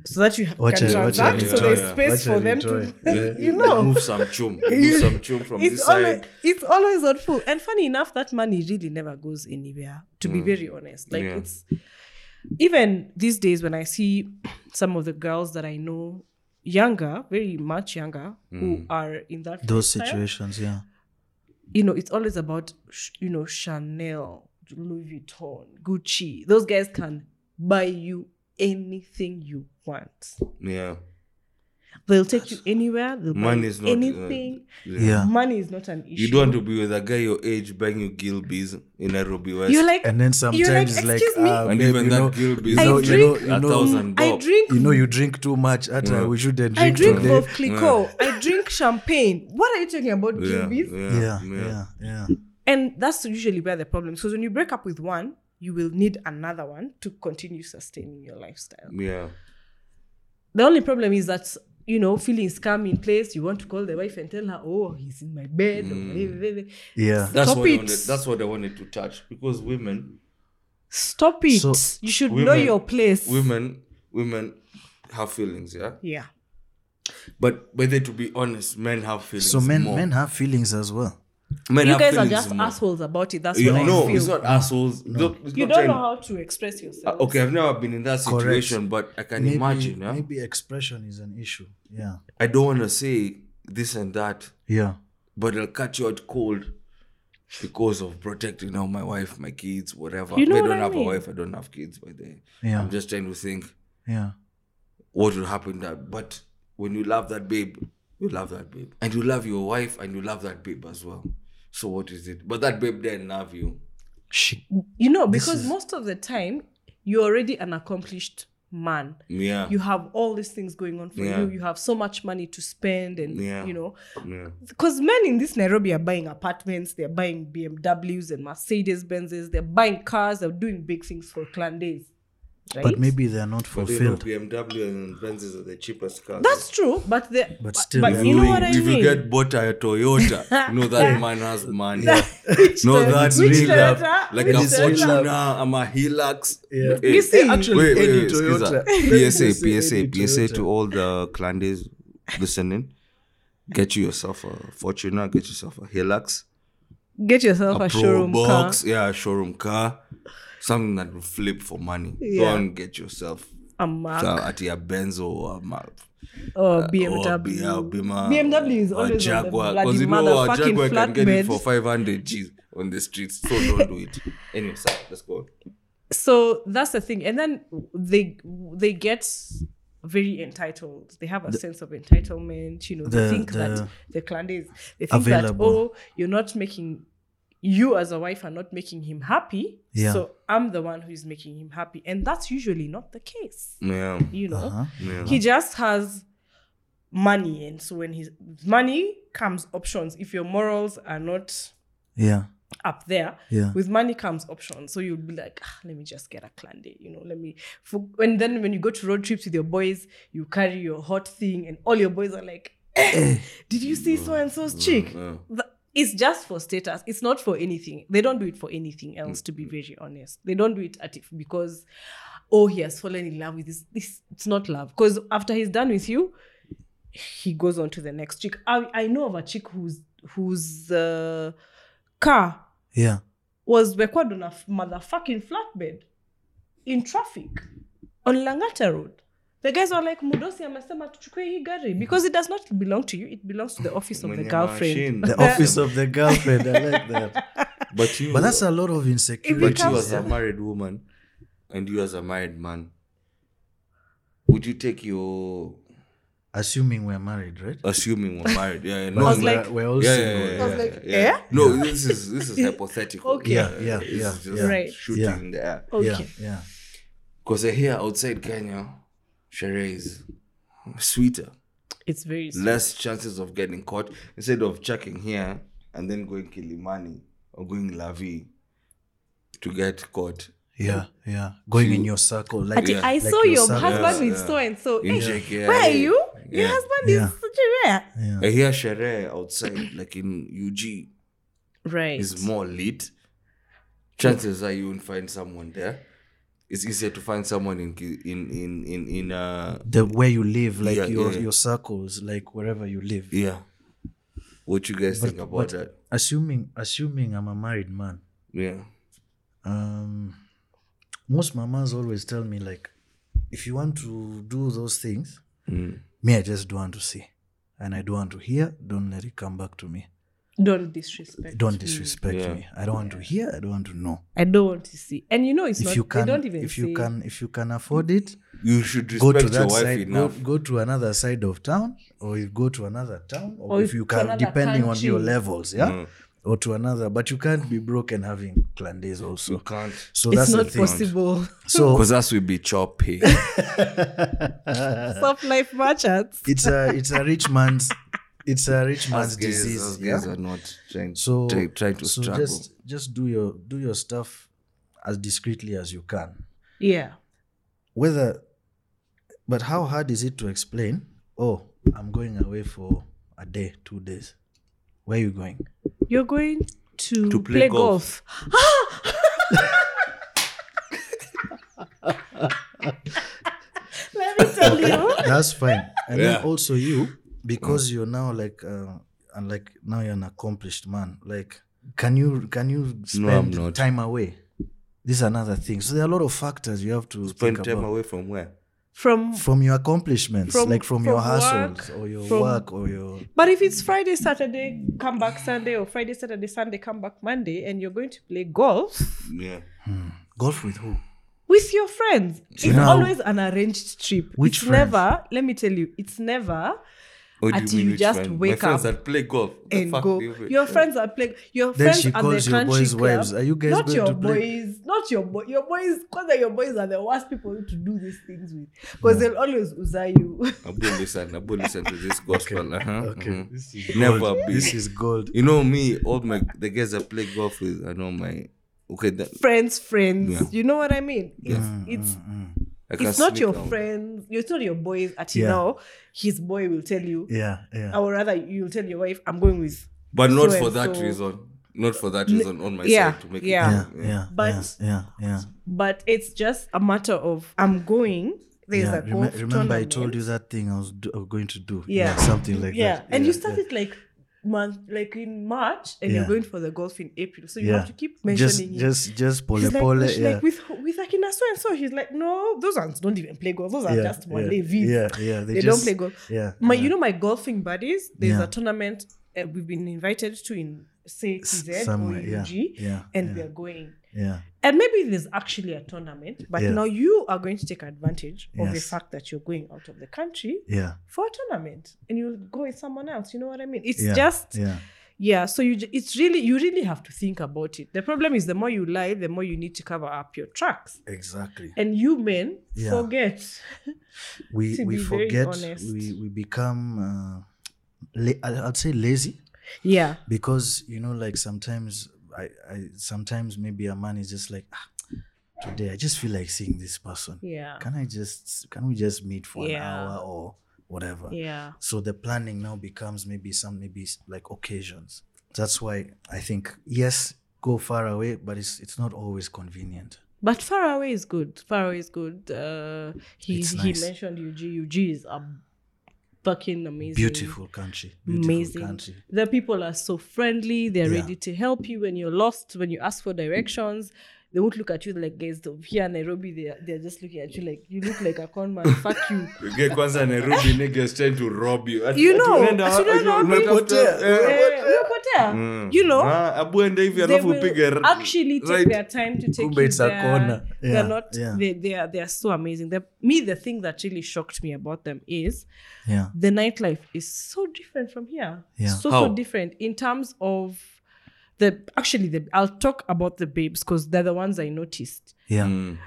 so that you Wacha- can wacha transact so nitoe. there's space Wacha for them to Yeah, you know move some chum move some chum from it's this always, side it's always on full. And funny enough, that money really never goes anywhere, to be very honest. Like, Mm. Yeah. it's even these days when I see some of the girls that I know younger, very much younger, Mm. who are in that those lifestyle, situations yeah you know, it's always about, sh- you know, Chanel, Louis Vuitton, Gucci. Those guys can buy you anything you want. yeah They'll take you anywhere. They'll buy Money you is not, uh, anything. yeah Money is not an issue. You don't want to be with a guy your age buying you Gilbies in Nairobi West. You're like, and then you're like, sometimes it's like excuse me, ah, and babe, even you that know, Gilbies you I know, you know drink- you a know thousand I bob. drink you know you drink too much at Yeah. we shouldn't I drink, drink today. Veuve Clicquot. I drink champagne. What are you talking about, yeah, Gilbies? yeah yeah, yeah yeah And that's usually where the problem is. Because when you break up with one, you will need another one to continue sustaining your lifestyle. yeah. The only problem is that, you know, feelings come in place. You want to call the wife and tell her, oh, he's in my bed. Mm. Or whatever. yeah That's Stop what I it. wanted, that's what I wanted to touch because women, Stop it. So- you should know Women- your place. women, women have feelings. Yeah, Yeah. But but then to be honest, men have feelings. so men more. men have feelings as well Men you have guys are feelings just more. assholes about it. That's You what know, I feel. it's not assholes. Look, it's you not don't trying- know how to express yourself. Uh, okay, I've never been in that Correct. situation, but I can maybe, imagine. Yeah? maybe expression is an issue yeah I don't want to say this and that, yeah but I'll catch you out cold because of protecting now my wife, my kids, whatever. You know I what don't I have mean? a wife. I don't have kids by then. Yeah. I'm just trying to think yeah what would happen that. But when you love that babe, you love that babe, and you love your wife, and you love that babe as well. So what is it? But that babe didn't love you. she You know, because most of the time, you're already an accomplished man. Yeah. You have all these things going on for Yeah. you. You have so much money to spend, and Yeah. you know, yeah. because men in this Nairobi are buying apartments, they're buying BMWs and Mercedes Benzes, they're buying cars, they're doing big things for clan days, right? but maybe they're not But they know fulfilled BMW and Benzes are the cheapest cars. that's true, but they But still, but if you know If what I if mean. you get bought a Toyota, you know that man has money. Which No, Toyota- that's which real love. Toyota- Like which a Toyota? Fortuna, I'm a Hilux. Yeah. Hey, You see- wait, Actually, wait, wait, any excuse Toyota. us. PSA, Let's say PSA, any PSA to Toyota. all the clandes listening. Get you yourself a Fortuna, get yourself a Hilux, Get yourself a, a Pro showroom car. Box, yeah, a showroom car, something that will flip for money. Yeah. Don't get yourself a Mac uh, at your Benz or a Mac. or Or BMW. be- uh, be my- BMW is or always on the Jaguar. bloody you know what? motherfucking Jaguar can get it flatbed. for 500 G's on the streets, so don't do it. Anyway, sir, let's go. on. So that's the thing, and then they they get very entitled. They have a sense of entitlement. You know, they the- think that the- the clan is they think Available. that oh, you're not making you as a wife are not making him happy. Yeah. So I'm the one who is making him happy, and that's usually not the case. Yeah. You know, uh-huh. yeah. he just has money, and so when his money comes options. If your morals are not yeah up there Yeah. with money comes options so you'll be like ah, let me just get a clan day you know let me for, and then when you go to road trips with your boys you carry your hot thing and all your boys are like eh, did you see so and so's chick yeah. Th- it's just for status it's not for anything they don't do it for anything else to be very honest they don't do it at if because oh he has fallen in love with this this it's not love because after he's done with you he goes on to the next chick i, I know of a chick who's whose uh, car yeah was recorded on a f- motherfucking flatbed in traffic on Langata Road. The guys were like, Mudosi amesema tuchukue hii gari because it does not belong to you. It belongs to the office of the Mwenye machine. girlfriend. the office of the girlfriend i like that But you, but that's a lot of but insecurity you becomes- as a married woman and you as a married man, would you take your. assuming we're married right Assuming we're married. Yeah, yeah. But No, was no. like- we're, we're all yeah, yeah, single yeah, I was like, yeah. eh? No, this is this is hypothetical. Okay. Yeah, yeah, This is yeah, just yeah. Right. Shooting Yeah. in the air. Okay. yeah yeah Because I hear outside Kenya, Sheree is sweeter. It's very sweet. less chances of getting caught instead of chucking here and then going Kilimani or going Lavi to get caught yeah yeah going in your circle like Ati, yeah, I like saw your circle. husband with yeah. so and so. in Hey, JKIA. where are you? Your Yeah. husband Yeah. is such a rare. yeah I hear Shere outside, like in UG, Right. is more lit. Chances are you won't find someone there. It's easier to find someone in Ki- in in in, in uh the where you live like Yeah, your yeah. your circles like wherever you live yeah. What you guys think about that? assuming assuming i'm a married man Yeah. um most mamas always tell me like if you want to do those things Mm. me i just don't want to see and i don't want to hear don't let it come back to me Don't disrespect. don't me. disrespect Yeah. me i don't want to hear i don't want to know I don't want to see. And you know, it's if not. you can they don't even if you say- can if you can afford it You should go respect to your that wife side go, enough. go to another side of town or you go to another town or, Or if you to can another depending on your country. levels yeah Mm. or to another but you can't be broken having clan days also You can't. so It's that's the not thing possible. so Because that's will be choppy. Soft life merchants. it's a it's a rich man's it's a rich man's Us guys- us disease guys yeah? are not trying so try, trying to so struggle. just just do your do your stuff as discreetly as you can Yeah. whether but how hard is it to explain oh i'm going away for a day two days where are you going You're going to, To play, play golf. golf. Let me tell you. that's fine and Yeah. Mm. then also you because you're now like uh, and like now you're an accomplished man like can you can you spend not. time away this is another thing so there are a lot of factors you have to Spend think time about away from where? From from your accomplishments From- like from, from your work, hustles or your from- work or your But if it's Friday, Saturday, come back Sunday, or Friday, Saturday, Sunday, come back Monday, and you're going to play golf Yeah. golf with who Mm-hmm. with your friends, it's Now- always an arranged trip. Which it's friends? never, let me tell you, it's never What Until you which just friend? My wake friends up that play golf. What the and fuck go. do you mean? Your friends are playing, your Then friends she are calls the your country boys' club. wives, "Are you guys not going your to play?" boys, not your boy, your boys, because your boys are the worst people to do these things with, because they'll always usa you. Abu listen, Abu listen to this gospel. Uh-huh. mhm. this is Never be. this is gold You know me, all my the guys I play golf with, I know my okay that friends, friends, Yeah. you know what I mean? It's it's Mm. I can it's not sneak your out. friends. It's not your boys. At Yeah. now, his boy will tell you, yeah yeah or rather, you'll tell your wife, "I'm going with." But not for and that so. reason. Not for that reason on my yeah, side to make yeah. it. yeah yeah Um, But- yeah yeah, yeah. But it's just a matter of I'm going. There's Yeah, a remem- golf remember I told tournament. you that thing I was, do- I was going to do. Yeah. Yeah, something like yeah, that. and you start it like month, like in March, and you're Yeah. going for the golf in April. So you have to keep just mentioning. it. just just pole She's like, pole. she's yeah. like with with Akina so and so. He's like, no, those ones don't even play golf. Those are yeah, just one yeah, levies. yeah, yeah, they, They, don't just- play golf. Yeah, my yeah. you know my golfing buddies there's Yeah. a tournament uh, we've been invited to in say S- TZ or somewhere, yeah, UG, yeah, and yeah. we are going yeah, and maybe there's actually a tournament but Yeah. now you are going to take advantage of the Yes. fact that you're going out of the country yeah, for a tournament and you'll go with someone else you know what i mean it's yeah, just yeah, yeah, so you ju- it's really you really have to think about it the problem is the more you lie the more you need to cover up your tracks exactly. and you men Yeah. forget We to we be very forget. honest. We we become. Uh, la- I- I'd say lazy yeah because you know, like sometimes I I sometimes maybe a man is just like. Ah, Today, I just feel like seeing this person. yeah Can I just? Can we just meet for an Yeah. hour or whatever? yeah So the planning now becomes maybe some maybe s- like occasions. That's why I think yes, go far away, but it's it's not always convenient. But far away is good. Far away is good. Uh, he It's he nice. mentioned UG. UG is a fucking amazing, Beautiful country, beautiful amazing. country. The people are so friendly. They're Yeah. ready to help you when you're lost. When you ask for directions, they won't look at you like guys over here in Nairobi. They are, they're just looking at you like you look like a con man. Fuck you. You get kwanza Nairobi niggas trying to rob you. Ati- You ati know, unaenda si wapi? unaenda wapi? Unapotea. Eh, Eh. umepotea. Mm. You know. Ah, abu ende hivi they alafu will upige r- actually take right. their time to take Kumbe you it's a there. corner. They're Yeah, not. yeah. They, they are. They are so amazing. They're, me, the thing that really shocked me about them is Yeah, the nightlife is so different from here. Yeah. So How? so different in terms of the actually the I'll talk about the babes because they're the ones I noticed. yeah, Mm.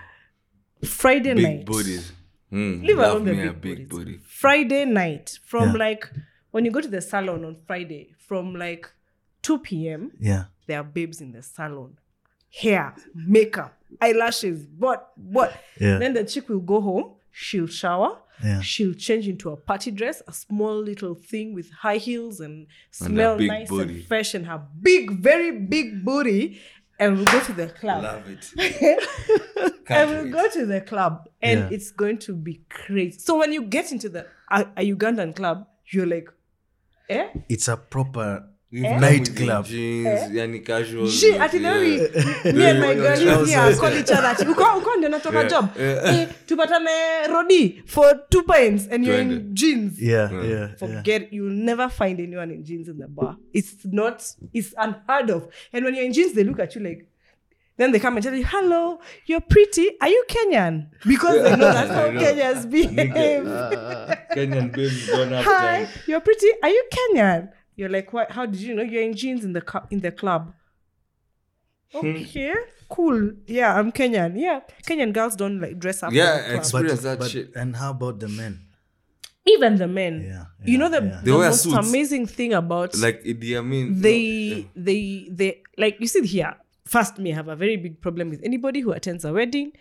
Friday Big night. bodies. Mm, Leave love alone the me a big, big bodies. body. Friday night from Yeah. like when you go to the salon on Friday from like 2 p.m. yeah. there are babes in the salon. Hair, makeup, eyelashes, what, what. Yeah. Then the chick will go home, she'll shower, Yeah. she'll change into a party dress, a small little thing with high heels and a smell big nice booty. and fresh and her big, very big booty. And we'll go to the club. Love it. and we'll wait. go to the club. And Yeah. it's going to be crazy. So when you get into the a, a Ugandan club, you're like, eh? It's a proper You've come with your nightclub. jeans, yani casual, She, ati yeah. leo hii, me and my girl Yeah. is here, call each other. ati, Uko, uko ndio natoka Yeah. job. Yeah. Eh, tupatane Rodi for two pints and you're Twende. in jeans. Yeah, Yeah. yeah, yeah. Forget, you'll never find anyone in jeans in the bar. It's not, it's unheard of. And when you're in jeans, they look at you like, then they come and tell you, hello, you're pretty. Are you Kenyan? Because they know that's how I know. Kenyans behave. Kenyan babes gone up Hi, time. you're pretty. Are you Kenyan? You're like, what? How did you know you're in jeans in the cu- in the club? Hmm. Okay, cool. Yeah, I'm Kenyan. Yeah, Kenyan girls don't like dress up. Yeah, in the club. ex- Experience that shit. And how about the men? even the men. Yeah, you yeah, know the, yeah. They the wear most suits. amazing thing about Like Idi Amin. they they they like you see here. First, me I have a very big problem with anybody who attends a wedding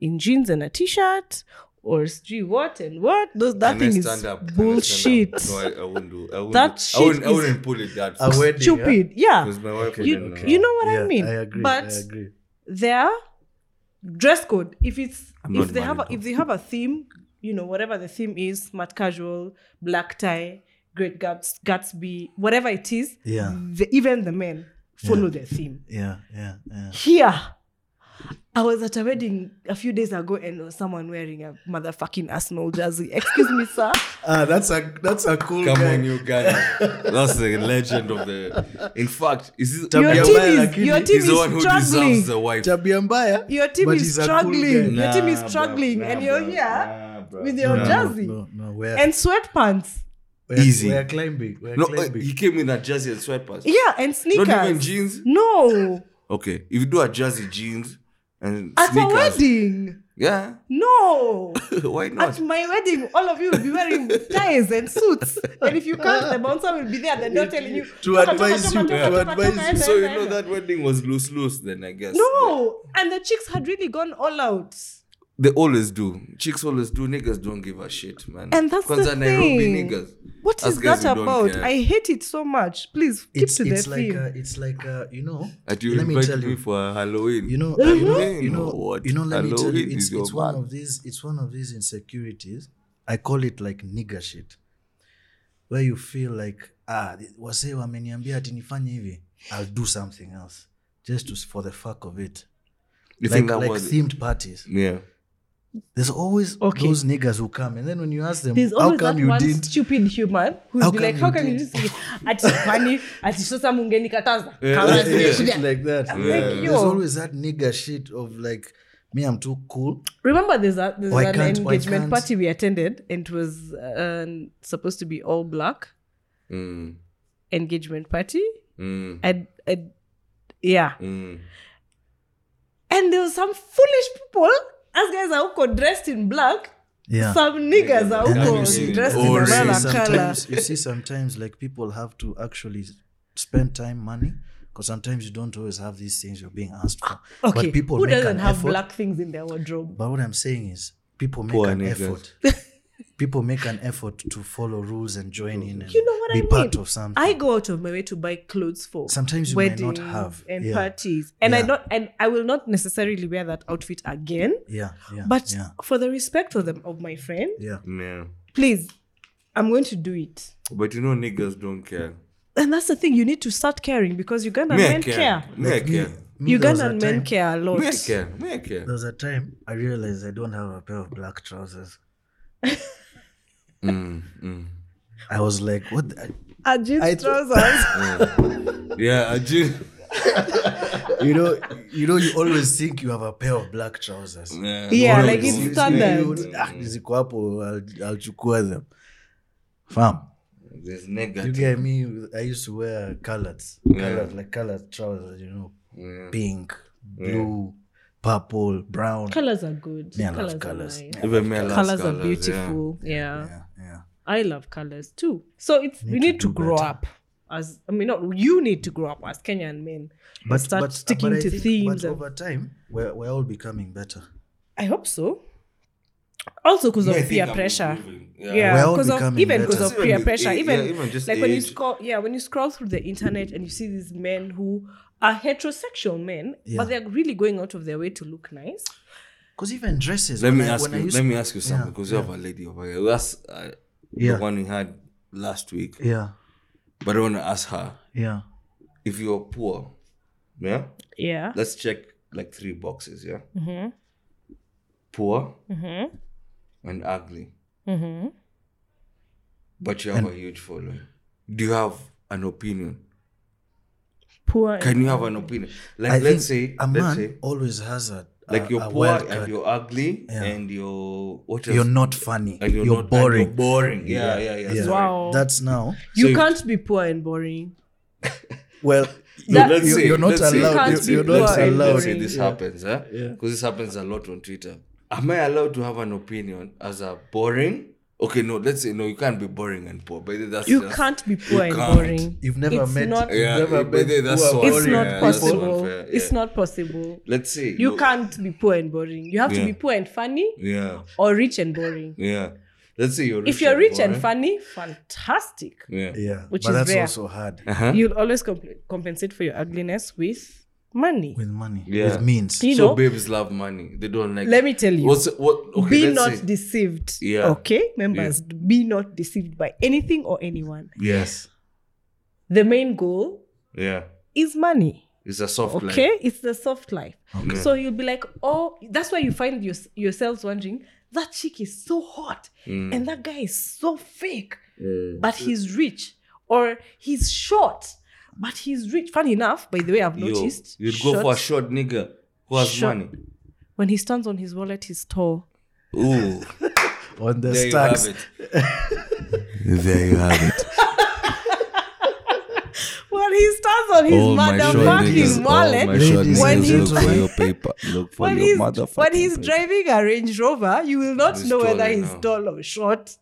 in jeans and a t-shirt or gee what and what. Those that Unless thing is stand up, unless stand up. bullshit. No, I, I wouldn't do. I wouldn't. That do- I wouldn't, I shit is- wouldn't put it that. A wedding, yeah? Stupid. Yeah. Because my wife you, wouldn't you know what I Yeah, mean. I agree. But I agree. their dress code, if it's I'm if not they have a, married, if they have a theme, you know, whatever the theme is, smart casual, black tie, great Gats, Gatsby, whatever it is, Yeah. the, even the men follow the theme. yeah, yeah, yeah. Here, I was at a wedding a few days ago and there was someone wearing a motherfucking Arsenal jersey. Excuse me, sir. Ah, that's a that's a cool Come guy. on, Uganda. That's the legend of the. In fact, is this, Your Tabia team mbaya, is, lakini your team he's is the one who struggling. deserves the wife. Tabia mbaya, Your team but is he's a struggling. Cool guy. your team is Nah, bruh, struggling, nah, and you're bruh, here nah, bruh. with your No, jersey No, no, no, we're, and sweatpants. we're, Easy. We're climbing. We're No, uh, climbing. he came in a jersey and sweatpants. Yeah, and sneakers. even jeans? No, Okay, if you do a jersey, jeans, and at a sneakers, wedding. yeah, No, why not? at my wedding, all of you will be wearing ties and suits. And if you can't, the bouncer will be there. They're not telling you To "Toka, toka, advise toka, you, toka, to toka, toka, advise you. enda, so you enda, know enda." that wedding was loose, loose. Then I guess No, and the chicks had really gone all out. They always do. Chicks always do. Niggas don't give a shit, man. And that's Kwanza the Nairobi thing. niggas. What Us is guys, that we don't about? care. I hate it so much. Please keep It's to the it's like theme. a, it's like a, you know. That you let me invite tell me you. for Halloween. you know, Mhm. you know, Halloween you know, or what? you know. Let me tell Halloween you, it's, is your it's one man. of these, it's one of these insecurities. I call it like nigger shit, where you feel like ah, wase wameniambia ati nifanye hivi, I'll do something else just to, for the fuck of it. You like think that like was themed parties. yeah? There's always Okay. those niggers who come, and then when you ask them, There's how always come that you one didn't? stupid human who's How be come like, how you can you did?" just ati kwani ati sasa mungenikataza Yeah. Kama Yeah. zile shida. Shit like that. I'm like, There's yo. always that nigger shit of like, me, I'm too cool. remember there's, a, there's Why an can't- why engagement can't- party we attended and it was uh, supposed to be all black Mm, engagement party mm, and, and yeah mm. and there was some foolish people as guys are huko dressed in black Yeah. some niggas are And then you see huko dressed in orange. umbrella color sometimes, you see sometimes like people have to actually spend time money because sometimes you don't always have these things you're being asked for Ah, okay but people who make doesn't an have effort black things in their wardrobe but what i'm saying is people make Poor an niggas. effort people make an effort to follow rules and join in and you know what be I mean? part of something I go out of my way to buy clothes for Sometimes you might weddings not have. and Yeah. parties, and I Yeah. not and I will not necessarily wear that outfit again. yeah yeah But yeah for the respect of them of my friend, yeah Yeah. please, I'm going to do it. But you know, niggas don't care. And that's the thing you need to start caring because Ugandan Me, I men care. care. Me, I care. Me, there was a Ugandan time- men care a lot. Me, I care. Me, I care. there was a time i realized i don't have a pair of black trousers Mm, mm. i was like what the, Our jeans I- trousers. Yeah, I do. you know you know you always think you have a pair of black trousers Yeah, Yeah, always. like it's You- you- standard. you- ah, ziko hapo I'll- I'll chukua them fam There's you negative. get me i used to wear colors colored, like colored trousers you know Yeah. pink blue purple brown colors are good. Me, I love colors colours. are nice. Even me, I love Colors, colours, are yeah. beautiful. yeah. yeah yeah I love colors too. So it's we need need to to, do grow better. up as I mean, not you need to grow up as Kenyan men. But start sticking I to think- themes. but and- over time we're, we're all becoming better I hope so. Also, because Me, I of think peer I'm pressure. improving. Yeah, We're all because of becoming even better. because of Just even peer with pressure, a- even, yeah, even just like when you age. scroll, yeah, when you scroll through the internet and you see these men who are heterosexual men, Yeah. but they're really going out of their way to look nice. because even dresses Let when me I- ask when I you. used Let to- me ask you something yeah, because you have a lady over here. That's uh, Yeah. the one we had last week. yeah But I want to ask her yeah if you're poor, yeah, Yeah. let's check like three boxes, yeah? Poor and ugly. But you have a huge following. Do you have an opinion? Poor. Can you have an opinion? Like, I let's say, think a let's man say, always has a like a- you're a poor wild and card. you're ugly Yeah. and you're what else? you're not funny And you're, not- and boring You're boring. Yeah, yeah, yeah. Yeah. sorry. Wow. that's now you so- can't be poor and boring. well That- let's you- say- you're not let's say- allowed- let's you're- say- you're not let's say- let's allowed. say this Yeah. happens, huh? Because Yeah. this happens a lot on Twitter. Am I allowed to have an opinion as a boring? Okay, no. Let's say no. You can't be boring and poor. But that's You that's, can't be poor and can't. boring. You've never It's met- Not, You've Yeah, never but been that's poor so and it's unfair. boring. not Yeah, that's so possible. unfair, yeah. It's not possible. Let's say You no- can't be poor and boring. You have to Yeah. be poor and funny Yeah, or rich and boring. yeah. Let's say you're rich if you're rich and boring. funny, fantastic. Yeah. yeah Which but is that's rare. also hard Uh-huh. You'll always compl- compensate for your ugliness with money. with money, Yeah. with means. You so know, babes love money. They don't like. let me tell you. What's what? Okay, be let's not say- deceived. Yeah. Okay, members, be not deceived by anything or anyone. yes. The main goal Yeah. is money. It's a soft life. Okay, it's the soft life. Okay. So you'll be like, oh, that's why you find your, yourselves wondering that chick is so hot Mm. and that guy is so fake, Mm. but he's rich or he's short, but he's rich. Funny enough, by the way, I've Yo, noticed. you'd go for a short- short nigga who has Short- money. when he stands on his wallet, he's tall. Ooh. On the there stacks. you have it. there you have it. When he stands on his Oh motherfucking wallet, short niggas when he- look for your paper. Look for when your he's, motherfucking when he's paper. driving a Range Rover, you will not He's know whether taller he's now. tall or short.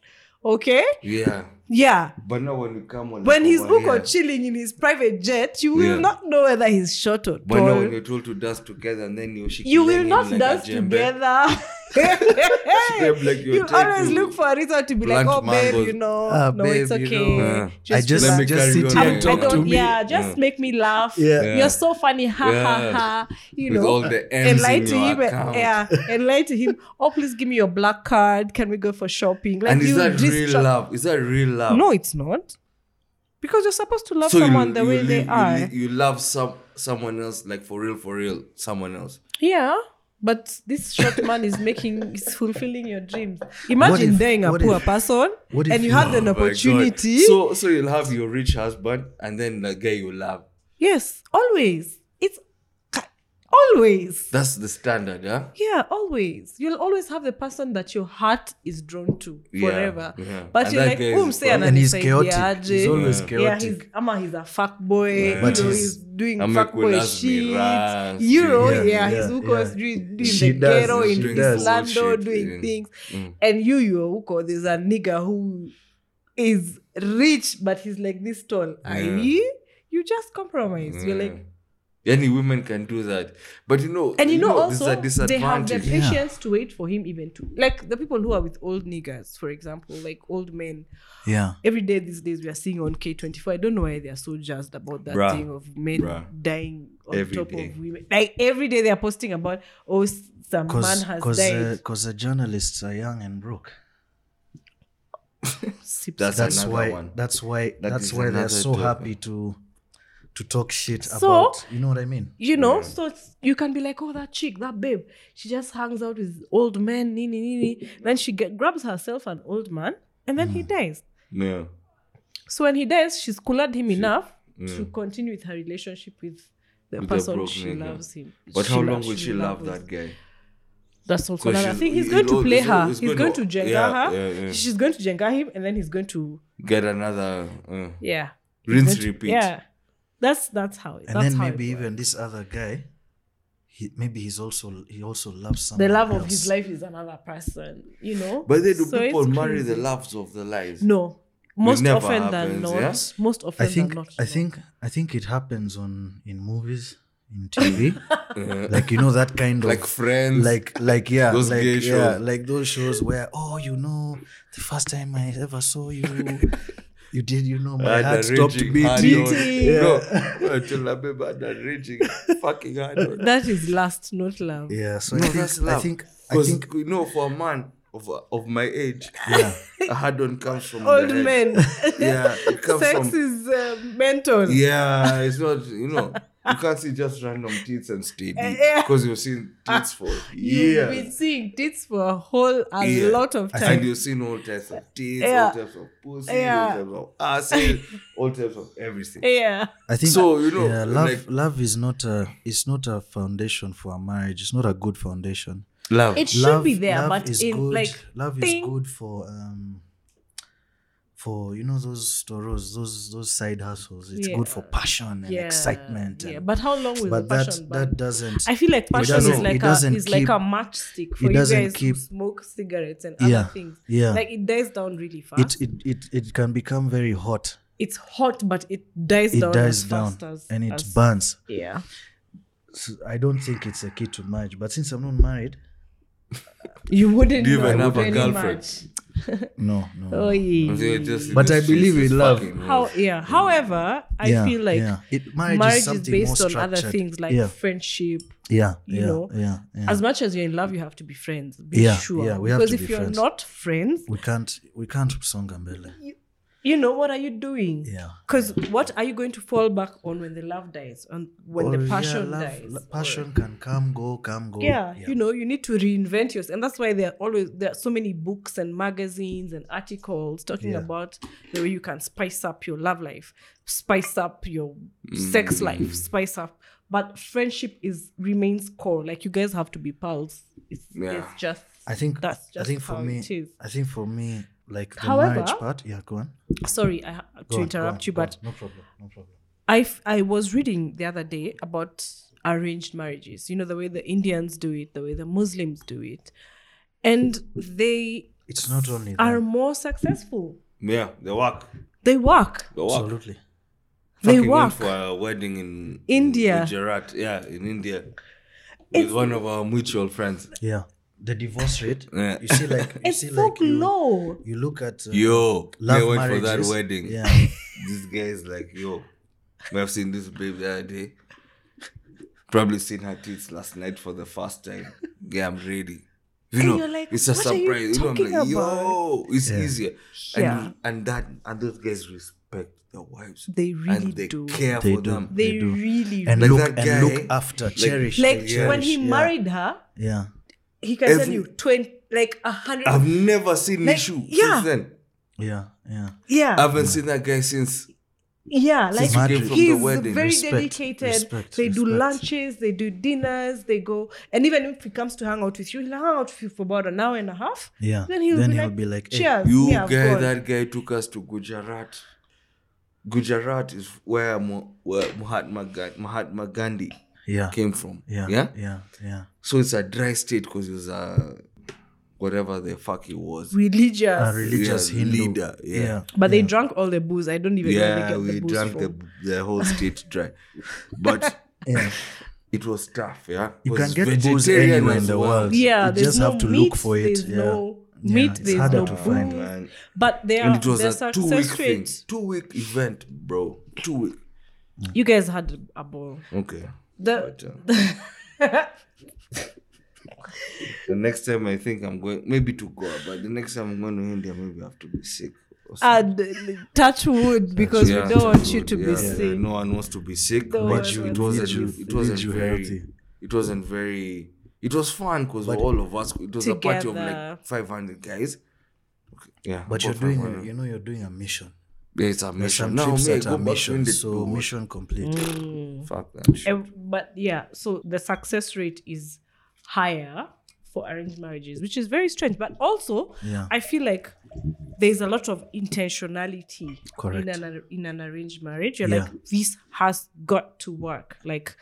Okay? Yeah. Yeah. But now when you come on When he's over uko here- chilling in his private jet, you will Yeah. not know whether he's short or But now when tall. you're told to dance together and then you shake You your will leg not like a dance djembe. together. Shape like you're You'll always taking look for a reason to be like, blunt oh, babe, mangoes. you know, Ah, no, babe, it's you okay. Um, know, Yeah. I just, Let me just carry sit on here now. and I talk to don't, me. yeah, just make me laugh. Yeah. Ah. Yeah. You're so funny. Ha Yeah. ha ha. You With know, all the M's and lie in to your him. account. Yeah, and lie to him. Oh, please give me your black card. Can we go for shopping? Like And is you that just real tra- love? Is that real love? No, it's not. Because you're supposed to love you- someone the you way they live- you are. li- You, love some someone else, like for real, for real, someone else. yeah. But this short man is making is fulfilling your dreams. Imagine if- being a what poor if- person what if and you you- had an Oh my God. opportunity. So so you'll have your rich husband and then the guy you love. yes, always. It's always. That's the standard, yeah. Yeah, always. You'll always have the person that your heart is drawn to Yeah, forever. yeah. But And you're that like, guy is oh, mse perfect. And he's chaotic. ananisaidiaje." He's always Yeah, chaotic. he's, ama he's a fuck boy. You But know, he's, he's- doing Ama fuck boy kulas shit. miras, You know, yeah, yeah, he's yeah, uko yeah. doing, She doing the does, ghetto she in does. Islando, Bullshit, doing yeah. things. Mm. And you, you're uko, there's a nigga who is rich, but he's like this tall. Aye? You just compromise. You're like, Yeah. Mm. any women can do that, but you know, and you, know, this also is a they have the disadvantage. patience to wait for him even to like the people who are with old niggas for example like old men Yeah. every day these days we are seeing on k24 i don't know why they are so jazzed about that Bruh. thing of men Bruh. dying on Every top day. of women like every day they are posting about oh s- some man has Because died uh, the journalists are young and broke. Sips. That's That's another why. one. That's why. That that's is why they're another so topic. happy to to talk shit So- about. You know what I mean? you know so it's, you can be like oh that chick that babe she just hangs out with old men nini nini then she get, grabs herself an old man and then Mm. he dies Yeah, So when he dies, she's collared him enough to continue with her relationship with the Mm. With the person broke she nigga. loves him. but She how lo- long will she love loves. that guy? That's also Because she's- another thing. He's you going know, to play it's- her. it's He's going going to to- jenga yeah, her. yeah, yeah. She's going to jenga him, and then he's going to Get another uh, yeah. He's rinse, going to- repeat. Yeah, that's that's how. It, And that's then how maybe it works. even this other guy. He, maybe he's also he also loves the someone. love else. of his life is another person. You know. But then do So people it's marry the crazy. loves of the lives? No, most never often than happens, not. yes? Most often I think than not. I no. think I think it happens on in movies, in TV, like you know that kind Like of friends, like like yeah, Those like gay yeah, shows. like those shows where oh you know the first time I ever saw you, you did you know my had heart a stopped Ah, raging beating. hard on. Yeah. No, until I remember had a raging fucking hard on. that is lust, not love. Yeah, so No, I that's think I love. think I 'Cause, think you know, for a man of of my age, yeah, a hard on comes from the Old head. men. Yeah, it comes Sex from. is uh, mental. Yeah, it's not you know you can't see just random tits and steady Yeah. because you've seen tits for You've years. been seeing tits for a whole a Yeah. lot of And time. you've seen all types of tits, Yeah. all types of pussy, all Yeah. Eh, types of asses, all types of everything. Yeah. I think So, you know, yeah, love like- love is not a it's not a foundation for a marriage. It's not a good foundation. Love. It should love, be there, love but is in good. like love thing- is good for um for you know those storos those those side hustles it's good for passion and yeah, excitement Yeah. and- But how long will but the that passion that burn? doesn't I feel like passion is doesn't- like it a is doesn't like a keep- matchstick for it you doesn't guys who keep- smoke cigarettes and Yeah, other things. yeah. Like it dies down really fast. it, it it it can become very hot it's hot, but it dies it down dies as down fast as and it as- burns Yeah. so I don't think it's a key to marriage but since I'm not married You wouldn't Do you even know have a very girlfriend? much. no no Oh, yeah. They just- But the I believe streets is in love. fucking- How, yeah. However, I Yeah, feel like yeah. It- marriage, marriage, is, is, something based more on other structured. things like yeah friendship. yeah you yeah, know, yeah yeah As much as you're in love, you have to be friends. Be Yeah, sure. yeah, we have because to if be you're friends. not friends, we can't we can't songa mbele you know what are you doing? yeah Because what are you going to fall back on when the love dies? On when Or, the Oh, yeah, passion love- dies? la- passion can come go come go yeah, you know, you need to reinvent yourself, and that's why there are always there are so many books and magazines and articles talking Yeah. about the way you can spice up your love life, spice up your Mm. sex life, spice up. But friendship is remains core. Like you guys have to be pals. It's, Yeah. it's just I think that's just I think for how me it is. I think for me like the However- marriage part yeah go on Sorry, I ha- Go to on, go interrupt on, you, go on. but no problem no problem I, f- I was reading the other day about arranged marriages, you know, the way the Indians do it, the way the Muslims do it. And they it's not only that are more successful. Yeah, they work. They work. They work. absolutely They Fucking went work. for a wedding in India. in Gujarat. Yeah, in India. It's- With one of our mutual friends. yeah the divorce rate Yeah. you see like you It's see so like you, low. you look at uh, Yo, love they went for that marriages. wedding. yeah This guy's like, yo, I've seen this babe the other day. Probably seen her tits last night for the first time. Yeah, I'm ready. You And know, you're like, it's a "What are you surprise. You know, I'm talking like, yo, about?" it's Yeah. easier. Yeah. And, and that and those guys respect their wives. They really and they do. care They for do. them. They, They do. really and do. Like look that and guy, look after like- cherish Like cherish, when he yeah. married her, yeah he can Every- send you 20, like a 100. I've never seen Like, Nishu yeah. since then. yeah yeah yeah. I haven't seen that guy since Yeah, Since like you came from he's the wedding. very Respect, dedicated. respect, they do respect. lunches, they do dinners, they go, and even if he comes to hang out with you, he'll hang out with you for about an hour and a half. Yeah. Then he'll, Then be, he'll like, be like, "Hey, "Cheers, You me, I've guy, gone." that guy took us to Gujarat. Gujarat is where, Mo, where Mahatma, Ga- Mahatma Gandhi yeah came from. yeah Yeah. yeah yeah So it's a dry state because he was a whatever the fuck he was. religious. a religious Yeah, Hindu leader, yeah. but they drank all the booze. I don't even yeah, know where they get we the booze drank from. the, the whole state dry, but yeah. it was tough. Yeah, You 'Cause can get booze vegetarian anywhere in as the well. world. Yeah, You there's just no have to meat, look for it, There's yeah. no Yeah, meat. it's there's harder no to find. booze. Man. But they are And it was they're a two week success thing, rate. two week event, bro. Two week. You guys had a ball. Okay. The, The next time I think I'm going, maybe to Goa, but the next time I'm going to India, maybe I have to be sick. or something. and uh, touch wood because Yeah, we Ah, don't want you good, to be yeah, yeah. sick. No one wants to be sick, Don't but want you, us it to wasn't. be sick. it wasn't Need you very. healthy. It wasn't very. It was fun because all of us. It was a party of Together. like 500 guys. Okay, Yeah, But you're about doing, 500. you know, you're doing a mission. Yeah, it's a There's mission. some Now trips me, I that go are back to mission, India. so mission complete. Mm. Fuck that. Shit. Ev- but yeah, so the success rate is higher for arranged marriages, which is very strange. But also, Yeah. I feel like there's a lot of intentionality Correct. in an ar- in an arranged marriage. You're Yeah. like, this has got to work. Like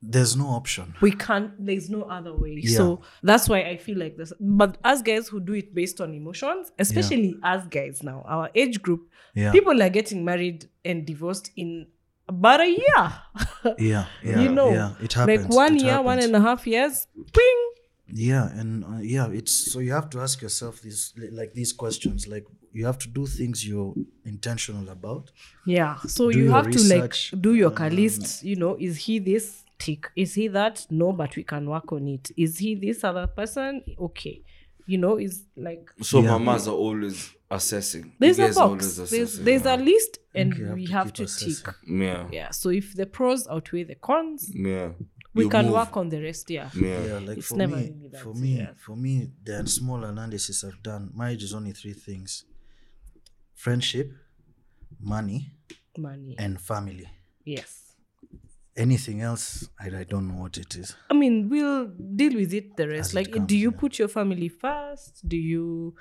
There's no option. we can't. There's no other way. Yeah. So that's why I feel like this. But as guys who do it based on emotions, especially as guys now, our age group, Yeah. people are getting married and divorced in about a year. Yeah, yeah, you know yeah. It happens. like one It year one happens. and a half years ping yeah, and uh, yeah, it's so you have to ask yourself these li- like these questions. Like you have to do things you're intentional about. yeah so Do you your have research, Um, to like do your list you know is he this tick is he that no but we can work on it is he this other person okay you know is like So Yeah. mamas are always assessing. You there's a guys are box always there's assessing, there's a yeah. list and you have we to have keep to assessing. tick yeah. yeah so if the pros outweigh the cons Yeah. we You can move. work on the rest yeah Yeah. Yeah, like It's for never me, really that for me, serious. for me, the small analysis I've done. Marriage is only three things: friendship, money, money and family. yes Anything else, I, I don't know what it is. I mean, we'll deal with it the rest. As it like, comes, do you yeah. put your family first? Do you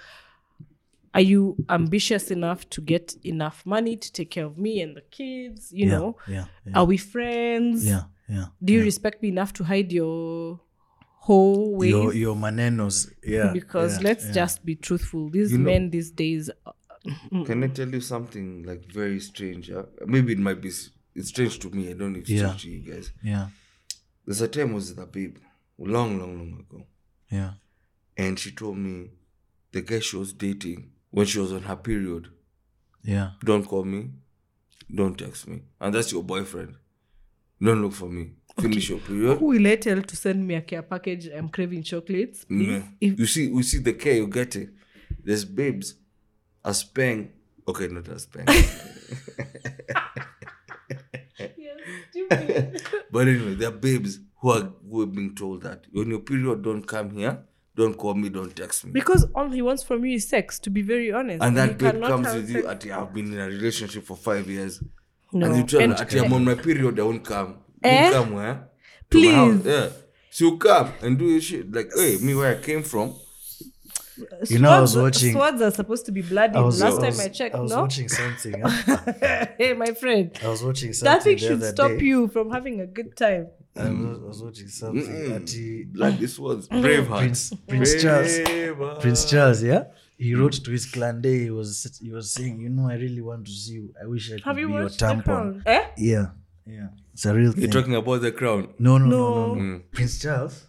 are you ambitious enough to get enough money to take care of me and the kids? You yeah, know, yeah, yeah. are we friends? yeah yeah Do you respect me enough to hide your whole ways? your your manenos yeah because yeah, let's yeah. just be truthful. These You know- men these days, Mm. Can I tell you something like very strange? Uh, maybe it might be s- it's strange to me. I don't know if it's Yeah. strange to you guys. yeah There's a time I was with a babe long, long, long ago, yeah and she told me the guy she was dating when she was on her period. yeah Don't call me. Don't text me. And that's your boyfriend. Don't look for me. Finish your period. Who will I tell to send me a care package? I'm craving chocolates. Please. Mm. If, you see, you see the care you're getting. There's babes, a spang. Okay, not a spang. but anyway, there are babes who are who have been told that when your period don't come here, don't call me, don't text me. because all he wants from you is sex, to be very honest. and You that babe cannot comes have with you sex- at I've been in a relationship for five years. No. And you tell her, And- Ati, I'm on my period, I won't come. Eh? You come where? To my house. Please. Yeah. So you come and do your shit. Like, hey, me where I came from. You know, I was Swords- watching- Swords are supposed to be bloody. I was, Last I was, time I checked, I was no. watching something. hey, my friend, I was watching something. that thing the should other stop day. you from having a good time. I was, I was watching something. Mm-mm. That he, Like this was Braveheart. Prince, Prince Charles. Braveheart. Prince Charles, yeah? He Mm. wrote to his clan day. He was he was saying, you know, I really want to see you. I wish I could Have you be your watched The tampon. Crown? Eh? Yeah, yeah. It's a real You're thing. talking about the crown. No, no, no, no. no. Mm. Prince Charles.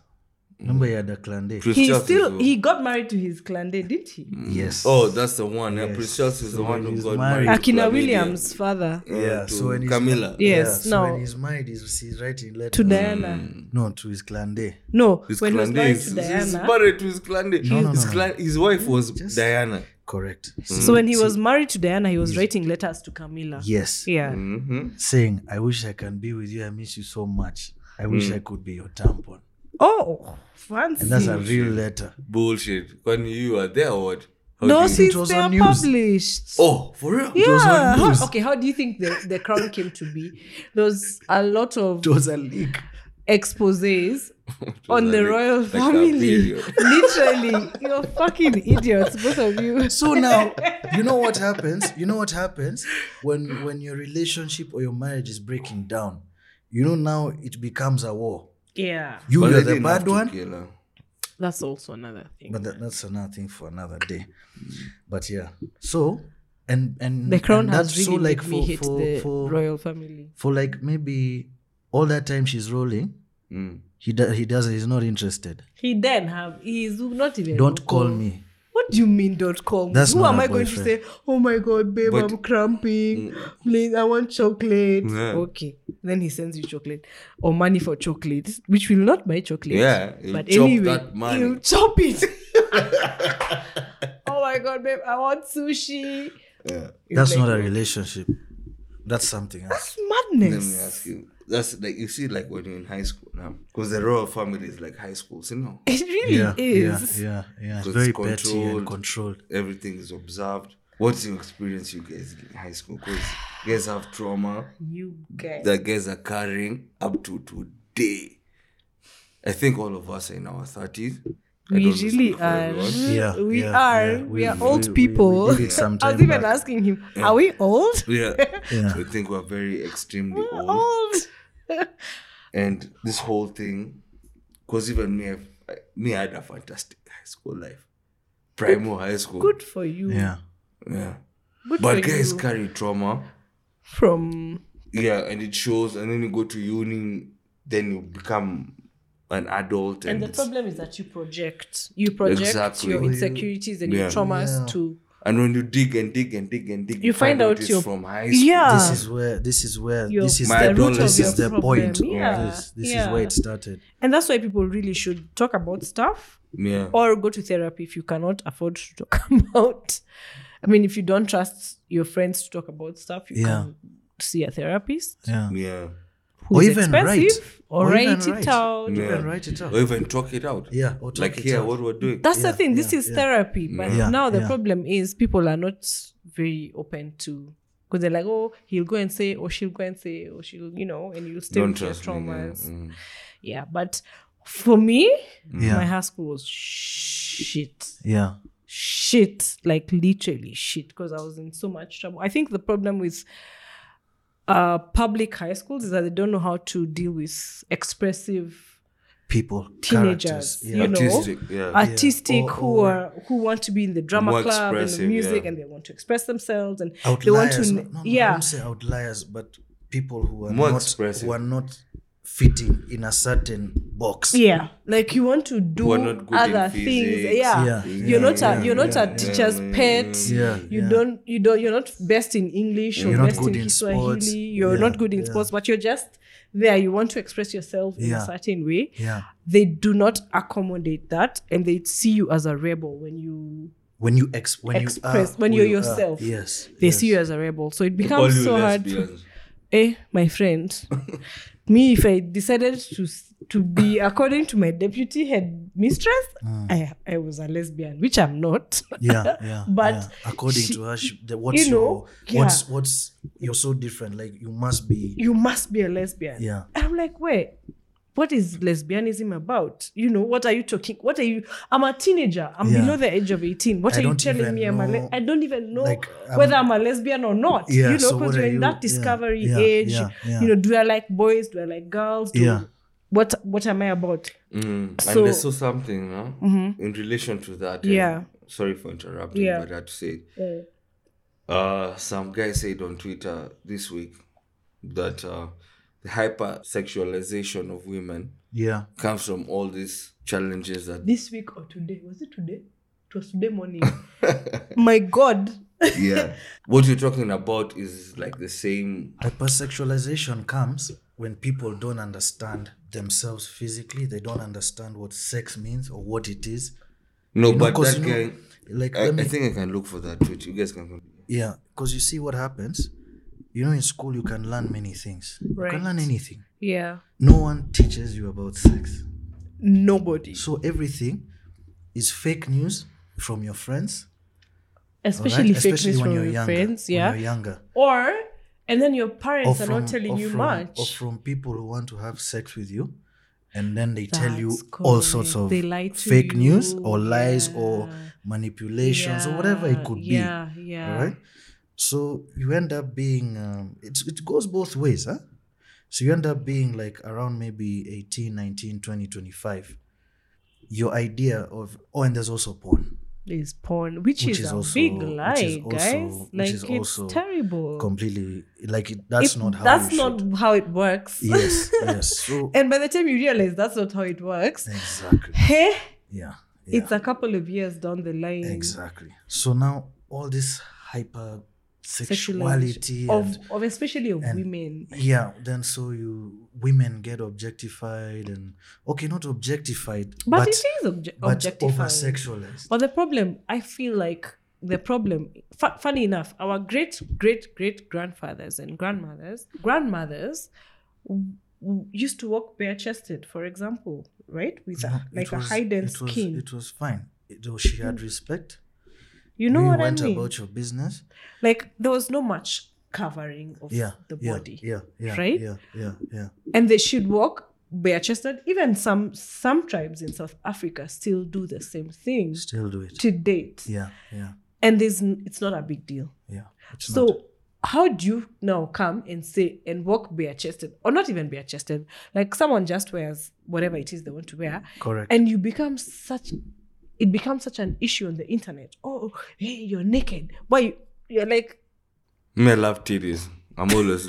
Remember he had a clan day. Prince He Charles is still the- he got married to his clan day, didn't he? Yes. Oh, that's the one. Yeah, Yes. Prince Charles is So the one who he's got married. married. to Akina Chlamydia. Williams' father Uh, yeah. to So when he's Camilla. Yeah. Yes, so no. when he's married, he's, he's writing to letters. Diana. No, to his clan day. No, Mm. His when he was clan married is- to He's Diana. married to his clan day. no, his, no, no. clan- his wife was Diana. Correct. So when he was married to Diana, he was writing letters to Camilla. Mm. Yes. Yeah. Mm-hmm. Saying, I wish I can be with you. I miss you so much. I Hmm. wish I could be your tampon. Oh, fancy. And Hmm. that's a real letter. Bullshit. When you are there, what? How no, do you- since was they on are news. published. Oh, for real? yeah. on How- news. okay, how do you think the, the crown came to be? There was a lot of It was a leak. exposes It was on the like- royal like a family. period. Literally, you're fucking idiots, both of you. So now, you know what happens? You know what happens when when your relationship or your marriage is breaking down. You know now it becomes a war. Yeah, You But are they the didn't have bad to one, kill her. that's also another thing. but that, that's another thing for another day. Hmm. But yeah, so and and the crown and has that's really so like made me for hate for, the for, royal family. for like maybe all that time she's rolling, Mm. he do, he does he's not interested. He then have he's not even. Don't call local. me. What do you mean don't call me? That's Who not am a I going to say? boyfriend. Oh my god, babe, But- Mm. I'm cramping. Please, I want chocolate. Yeah. Okay. Then he sends you chocolate or money for chocolate, which will not buy chocolate. Yeah, he'll But chop anyway, that money. he'll chop it. oh my god, babe, I want sushi. Yeah. It's That's like, not a relationship. That's something else. That's Let me madness. ask you. That's like you see, like when you're in high school now, because the royal family is like high school. So no, It really yeah, is. yeah, yeah, yeah. It's Because very it's petty and controlled. controlled. everything is observed. What's your experience, you guys, in high school? Because you guys have trauma You guys. that guys are carrying up to today. I think all of us are in our thirties. we really are. Yeah, we yeah, are. yeah. We, We- are we- old we- we people. did it some I time was even back. asking him, "Are we old? Yeah. Yeah. I think we're very extremely We're old. old." and this whole thing because even me I've, I- me I had a fantastic high school life primal high school Good for you. Yeah. yeah Good but for guys you. carry trauma From yeah and it shows and then you go to uni then you become an adult and and, the it's- problem is that you project you project Exactly. your insecurities and your Yeah. traumas to and when you dig and dig and dig and dig You find out it's your- from high school yeah This is where this is where Ah. Your- this is My the, root of this your is the problem. point Yeah, of this. This is yeah. where it started. and that's why people really should talk about stuff yeah or go to therapy if you cannot afford to talk about i mean if you don't trust your friends to talk about stuff you Yeah. can see a therapist Yeah. yeah who's even expensive write. or, Or write even it write. out Yeah. Even write it out. or even talk it out Yeah, or talk like it here out. what we're doing that's the Yeah, thing this yeah, is yeah. therapy Mm. but Yeah, now the yeah. problem is people are not very open to because they're like oh he'll go and say or she'll go and say or she'll you know and you'll stay don't with your trust me yeah. traumas Mm. yeah but for me my Yeah. high school was shit Yeah. shit like literally shit because i was in so much trouble i think the problem with uh public high schools is that they don't know how to deal with expressive People. Characters. teenagers Uh, Yeah. you know Artistic, yeah. artistic Or- who or- are who want to be in the drama More club and the expressive, music yeah. and they want to express themselves and they want Outliers. to no, no, no, I yeah don't say outliers, but people who are More not expressive. who are not fitting in a certain box. yeah like you want to Who do are not good in other things physics. yeah. Yeah. you're not Yeah, a you're not yeah, a yeah, teacher's yeah. pet Yeah. you yeah. don't you don't you're not best in english or You're not best good in in kiswahili sports. you're Yeah, not good in yeah. sports but you're just there you want to express yourself in Yeah. a certain way Yeah. they do not accommodate that and they see you as a rebel when you When you ex when you Express- are when who you're you are. yourself. Yes. they yes. see you as a rebel so it All becomes you so hard for- lesbians. eh my friend me if i decided to s- to be according to my deputy head mistress I, I was a lesbian which i'm not Ah. yeah, yeah. But yeah. according she- to her, she, the, what's you know, your what's what's you're so different. Like you must be. you must be a lesbian Yeah. i'm like wait what is lesbianism about you know what are you talking what are you i'm a teenager i'm Yeah. below the age of 18 what I are you don't telling even me i'm a le- know- i don't even know like, I'm- whether i'm a lesbian or not Yeah, you know so because what you're are in you- that yeah, discovery yeah, age yeah, yeah. you know do i like boys do i like girls do Yeah. what what am i about Mm. So- and there's so something no? in relation to that. and Yeah. Sorry for interrupting, Yeah. but I had to say it. Uh, Uh, some guy said on Twitter this week that uh, the hypersexualization of women Yeah. comes from all these challenges that. this week or today was it today it was today morning my god yeah. What you're talking about is like the same. Hypersexualization comes when people don't understand themselves physically. They don't understand what sex means or what it is. No, You know, but 'cause that you know, guy. like I, let me I think I can look for that tweet. You guys can. continue. Yeah, because you see what happens. You know, in school you can learn many things. You Right. can learn anything. yeah No one teaches you about sex. nobody So everything is fake news from your friends. alright? especially fake Especially news when from you're your younger. friends when yeah you're younger. or and then your Or parents are from- not telling or you from- much Or from people who want to have sex with you. And then they tell you That's all sorts correct. of They lie to fake news you, or lies or yeah. manipulations or whatever it could be. yeah yeah All right. So you end up being, um, it, it goes both ways. Huh? So you end up being like around maybe 18, 19, 20, 25. Your idea of, oh, and there's also porn. there's porn which, Which is, is a also- big which is lie also- guys which like is it's also terrible Completely, like it, that's It- not how that's you not should. how it works yes, yes. So, and by the time you realize that's not how it works exactly. hey Yeah. yeah. it's a couple of years down the line Exactly. So now all this hyper sexuality Sexualization and of, of especially of and- women yeah, then so you women get objectified and okay, not objectified, but, but, it is obje- but over objectifying sexualized. But the problem, I feel like the problem, fu- funny enough, our great, great, great grandfathers and grandmothers, grandmothers w- w- used to walk bare chested, for example, right? With a, like a hidden Uh-huh. it was, skin. It was fine. It, though she had respect. you know you what I went mean? about your business. Like there was no much covering of Yeah. the yeah, body. Yeah. Yeah. right? Yeah. Yeah. Yeah. And they should walk bare chested. Even some some tribes in South Africa still do the same thing Still do it. to date. Yeah. Yeah. And there's n- it's not a big deal. Yeah. It's So not- how do you now come and say and walk bare chested or not even bare chested? Like someone just wears whatever it is they want to wear, correct. and you become such it becomes such an issue on the internet. Oh, hey, you're naked. Why you're like Me, I love titties. I'm always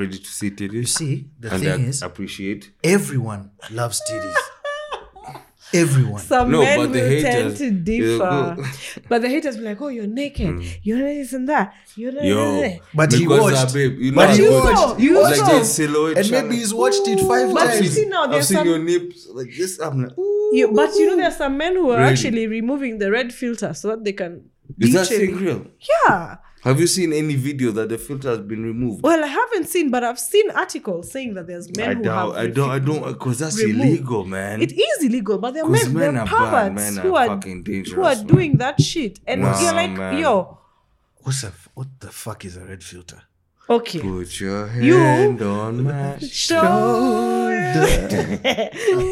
ready to see titties. you see, the and thing I is, appreciate. everyone loves titties. everyone. some No, men but the will tend haters, to you differ. go- but the haters be like, oh, you're naked. You're this and that. You're not Yo, But he because, watched. uh, babe, you know, But I he watched. watched. You like watched. the silhouette and challenge. maybe he's watched it five But I've seen, you times. see now I've there's seen some- your nips like this. I'm like, ooh. You, but you know, there's some men who are Really? actually removing the red filter so that they can. Is that beach and- thing real? Yeah. Have you seen any video that the filter has been removed? Well, I haven't seen, but I've seen articles saying that there's men I who don't, have. I don't, I refu- don't, because that's remove. illegal, man. It is illegal, but there are 'Cause men, men there are are bad, perverts men who are are fucking who are dangerous, man. doing that shit, and Nah, you're like, man. yo, What's the f- what the fuck is a red filter? okay, Put your You- hand on my. show you know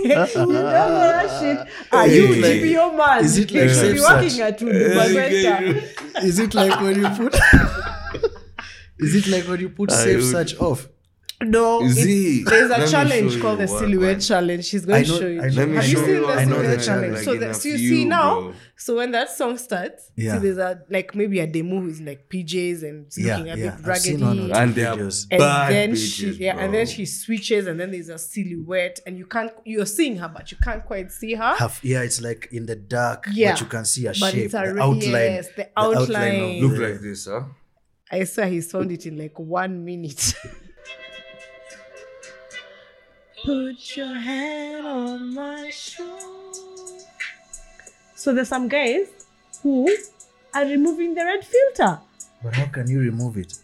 that shit. Are you Is it like- GPO man? is it like you should safe be working search? at Udubagueta. Is it like when you put? is it like when you put I safe would- search off? No, You it's- see, there's let a me show challenge you called the one, silhouette man. challenge. She's going I to know- show you. I know Let me Have you show seen you the one. I know silhouette the challenge? challenge. so Like the, in a so you few, see now. bro. So when that song starts, Yeah. see there's a like maybe a demo who's in like PJs and is Yeah, looking a yeah. bit I've seen one or raggedy. two And they are videos. and bad then bitches, she yeah, and then bro. she switches, and then there's a silhouette, and you can't you're seeing her, but you can't quite see her. Half, yeah, it's like in the dark, Yeah, but you can see a but shape, it's a the re- outline, yes, the outline. Look the- like this, huh? I swear he found it in like one minute. Put your hand on my shoulder. So there's some guys who are removing the red filter. But how can you remove it?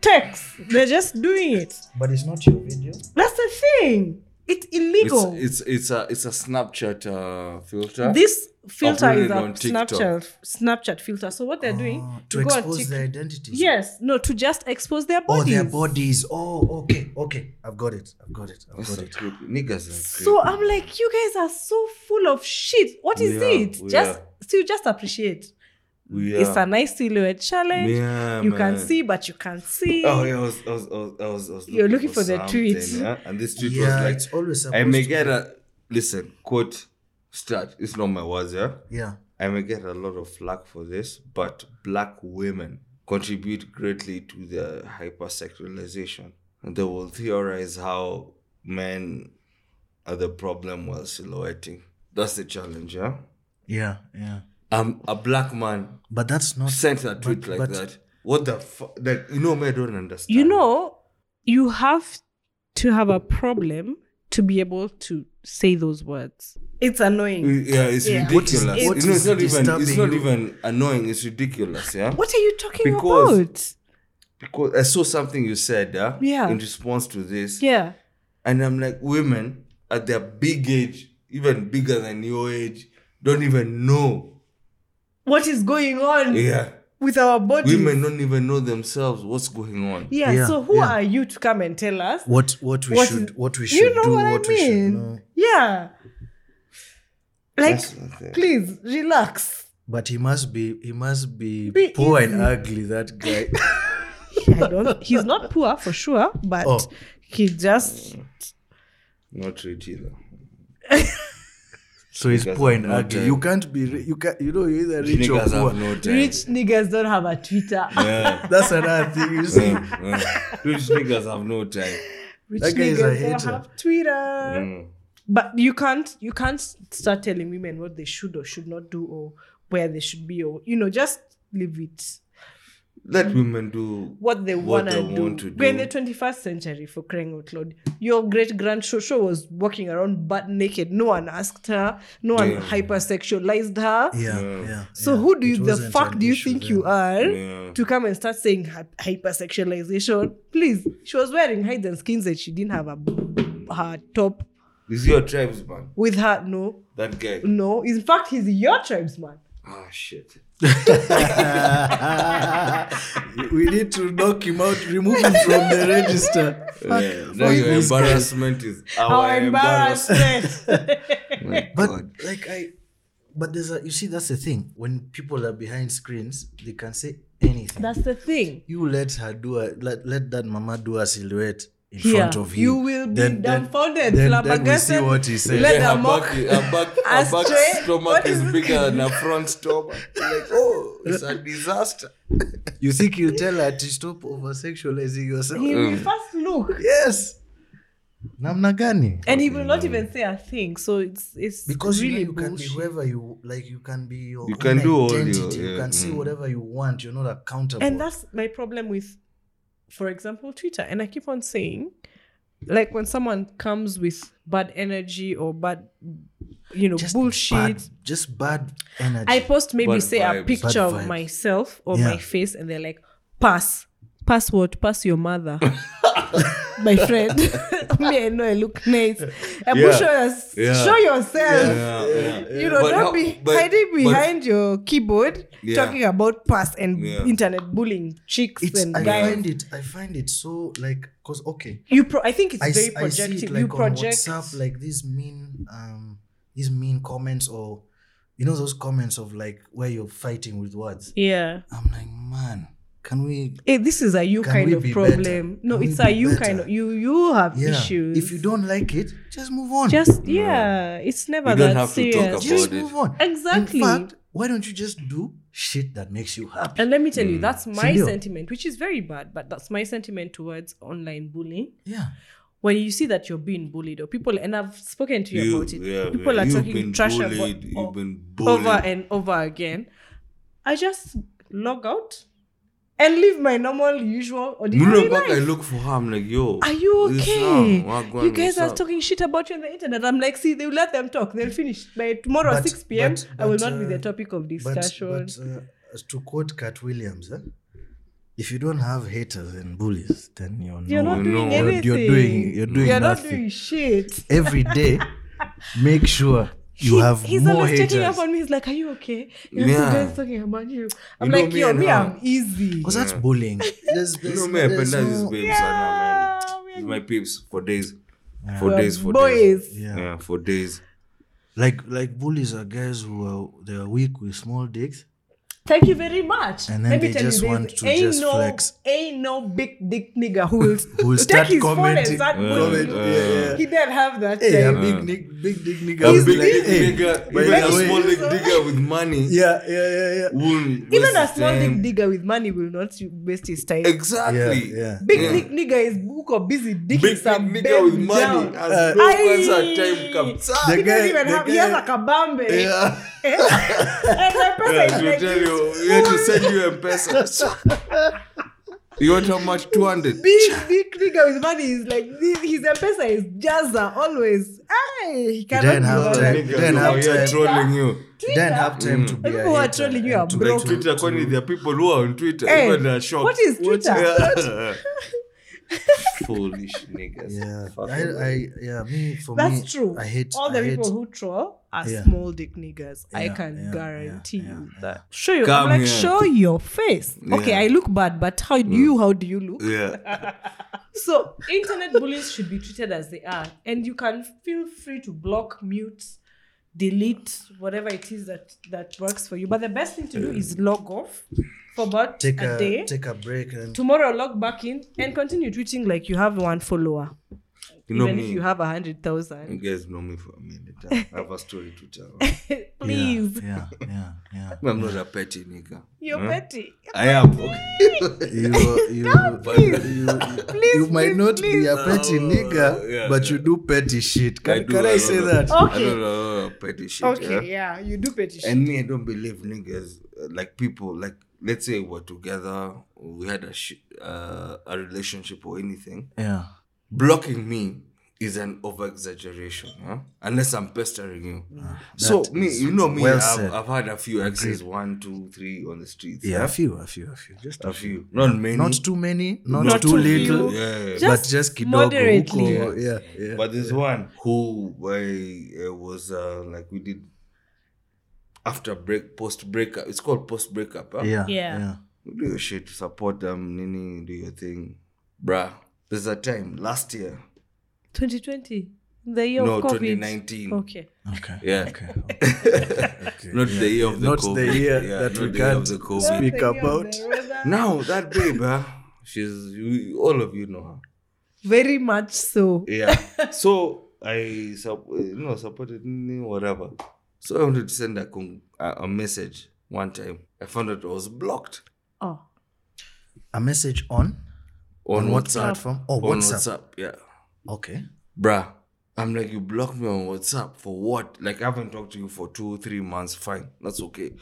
Text. They're just doing it. But it's not your video. That's the thing. It's illegal. It's, it's it's a it's a Snapchat uh, filter. this filter Uploaded is a on TikTok. Snapchat Snapchat filter. So what they're Oh, doing to you go on expose Tik- their identities. Yes, no, to just expose their Oh, bodies. their bodies. Oh, okay, okay. I've got it. I've got it. I've That's got a it. creep. Niggas are So creepy. I'm like, you guys are so full of shit. What is We are, it? we just are. still just appreciate. we It's a are. nice silhouette challenge. Yeah, you man. can see, but you can't see. Oh, yeah, I was, I was, I was, I was, I was You're looking for the something, tweet. Yeah? And this tweet yeah, was it's always like, supposed I may to get be- a listen quote start. It's not my words, yeah. Yeah. I may get a lot of flack for this, but black women contribute greatly to the hypersexualization. And they will theorize how men are the problem while silhouetting. That's the challenge, yeah? Yeah, yeah. I'm a black man But that's not sent a tweet but- like but- that. What the fuck? Like, you know, me, I don't understand. You know, you have to have a problem to be able to say those words. It's annoying. Yeah, it's Yeah. What ridiculous. is- what you know, it's is not even it's disturbing not you? even annoying, it's ridiculous, yeah? What are you talking Because- about? Because I saw something you said, yeah? Yeah. In response to this. Yeah. And I'm like, women at their big age, even bigger than your age, don't even know. What is going on Eh, Yeah. with our bodies? Women don't even know themselves what's going on. Yeah, Yeah, so who yeah. are you to come and tell us? what what we What- should what we should you know do, what, I we should mean? know. Yeah. Like, That's the thing. please relax. But he must be he must be, Be poor easy. and ugly, that guy. I don't, he's not poor for sure, but Oh. he just Not rich either. so he's Niggas poor and have no ugly. time. You can't be ri- you can not you know you're either rich or Niggas poor. have no time. rich niggas don't have a Twitter. Yeah. That's another thing you see. yeah, yeah. Rich niggas have no time. Rich That guy niggas is a don't hater. have Twitter. Mm. But you can't you can't start telling women what they should or should not do or where they should be or you know, just leave it. Let women do What they, What wanna they do. want to We're in do. the 21st century for crying out loud. Your great grand Shosho was walking around butt naked. No one asked her. No one Yeah. hypersexualized her. Yeah, Yeah. yeah. So yeah. who do It you, the wasn't fuck an do you issue think then. you are Yeah. to come and start saying hy- hypersexualization? Please, she was wearing hide and skins and she didn't have a b- her top He's your tribesman. with her. No, That guy. no. In fact, he's your tribesman. Ah shit. we need to knock him out, remove him from the register. Yeah. Now your this guy. embarrassment is our, How embarrassment. embarrassment! My But God. like I, but there's a you see that's the thing when people are behind screens they can say anything. That's the thing. you let her do a let, let that mama do a silhouette in Here, front of you. you will be Then- then- dumbfounded, Then, then, we see flabbergasted. what he said. Let- yeah, the her mock- back, her back, her back astray. stomach What is is it? bigger than her front stomach. Like, oh, it's a disaster. You think you tell her to stop over sexualizing yourself? He will first look, Yes. Namna gani? and he will not even say a thing. So it's it's Because really you, know, you can be bullshit. whoever you like. You can be your You own can do all your- identity. you yeah, can say mm. whatever you want. You're not accountable. and that's my problem with for example twitter and i keep on saying like when someone comes with bad energy or bad you know bullshit Bad, just bad energy. i post maybe Bad say a vibes. picture Bad of vibes. myself or Yeah. my face and they're like pass pass what pass your mother my friend me i know i look nice and Yeah. show, yours- Yeah. show yourself Yeah, yeah. You know, But don't how- be but- hiding but- behind your keyboard Yeah. talking about past and Yeah. internet bullying chicks it's, and I guys. find it. I find it so like because okay. you pro- i think it's I, very s- I see projective it like you on project WhatsApp, like these mean, um, these mean comments or, you know, those comments of like where you're fighting with words. yeah I'm like, man, can we Eh, this is a you Can kind we of be problem. better? No, Can it's we a be you better? kind of you. You have yeah issues. if you don't like it just move on just yeah, it's never You don't that have to serious. talk about just it. move on Exactly. in fact why don't you just do shit that makes you happy And let me Mm. tell you, that's my Sindio. sentiment, which is very bad, but that's my sentiment towards online bullying. yeah When you see that you're being bullied, or people, and I've spoken to you, You- about it, yeah, people yeah. are You've talking been trash bullied, about you've been over bullied. and over again. I just log out and live my normal, usual, ordinary Mlo back, I life. look for her. I'm like, yo. Are you what's okay? up? Wagwan, You guys what's are up? talking shit about you on the internet. I'm like, see, they'll let them talk. They'll finish by tomorrow But- 6 p.m. but- I will but, not be uh, the topic but, of discussion. but uh, as to quote Cat Williams, eh? if you don't have haters and bullies, then you're, you're no- not doing no, you're- anything. you're doing- you're doing You're not nothing. doing shit. every day. Make sure you He- have he's more always haters. checking up on me. He's like, "Are you okay? Yeah. You yeah. guys talking about you." I'm know like, me "Yo, and me, her. I'm easy." Because Oh, that's bullying. There's, You there's, know me, I there's penalize these no- babes. Yeah, and I'm, we man. are- My babes for days. For We're days, for boys. days. Yeah. yeah, for days. like like bullies are guys who are they are weak with small dicks. Thank you very much. And then Let me they tell just you, want this, to ain't just no, flex. Ain't no big dick nigga who will, Who will start take his commenting. phone and Yeah, start bullying. yeah, you. yeah. He didn't have that. Hey, a time. Eh, big nick, big dick nigga. A will be Hmm. big like, eh, hey, nigga, by even the a way- small dick nigga with money. eh, Yeah, yeah, yeah, yeah. wouldn't Even a waste small his dick time. nigga with money will not waste his time. Exactly. Yeah, yeah. Big Yeah. dick nigga is book or busy dicking Big dick some nigga babe with money. down. Has Uh, no Aye. answer time comes. Ah, The he guy- doesn't even the have. He guy- has like a kabambe. Yeah. and the person Yeah, is she'll like tell this you, we had to send you a peso. you want how much? 200. big big nigga with money is like this. His M-Pesa is jazza always. Hey, he cannot didn't do have all time. that. Then Nigga, have we are time. trolling you. Then have time to be a People are hater trolling you and are to- broke. to- Twitter, Kwani, there are people who are on Twitter. Hey, Even they are shocked. what is Twitter? Yeah. Foolish niggas. Yeah, Fuck I, them. I, yeah, me for That's me, true. I hate all the I hate, people who troll are Yeah. small dick niggas. I Yeah, can yeah, guarantee yeah, you yeah. that. Show you. Come I'm like, here. show your face. Okay, Yeah. I look bad, but how do you? How do you look? Yeah. So internet bullies should be treated as they are, and you can feel free to block, mute, delete whatever it is that that works for you. But the best thing to do is log off for about take a, a, day. take a break and Tomorrow log back in and continue tweeting like you have one follower, You know even me. if you have a hundred thousand. You guys know me for a minute. I have a story to tell. Please, yeah, yeah, yeah. I'm not a petty nigga. you're Huh? petty. I am. Okay. You, you, you, you, you might not be a petty please. nigga, Oh, Yeah, but yeah. you do petty shit. Can I, do can a I lot say of- that? Okay. I don't know petty shit. yeah? Okay, yeah, you do petty. shit. And me, I don't believe niggas uh, like people. Like, let's say we're together, we had a sh- uh, a relationship or anything. Yeah, Blocking me is an over exaggeration, huh? unless I'm pestering you. Mm. so Ah, that me, is you know me, well said. I've, I've had a few exes, one, two, three on the streets. yeah. huh? A few, a few, a few. Just a few, not many, not too many, not, Not too, too little, few. Yeah, yeah. but Just just kidogo. moderately. huko, Yeah, yeah. But there's one who uh, uh, was uh, like we did after break, post breakup. It's called post breakup. Huh? yeah, Yeah. yeah. do your shit, support them, nini, do your thing. Bruh, there's a time last year, 2020, the year no, of COVID. 2019. Okay. Okay. Yeah. Okay. okay. Not the year of the Not COVID. the year Yeah, that not we the year can't of the COVID. speak The year of about. the weather. Now, that babe, huh? she's, you, all of you know her. Very much so. Yeah. so, I, sup- you know, supported nini, whatever. So, I wanted to send a, con- a, a message one time. I found out I was blocked Oh. A message on on, what WhatsApp. platform? Oh, on WhatsApp. WhatsApp, yeah. Okay. bruh i'm like you blocked me on whatsapp for what like i haven't talked to you for two three months fine that's okay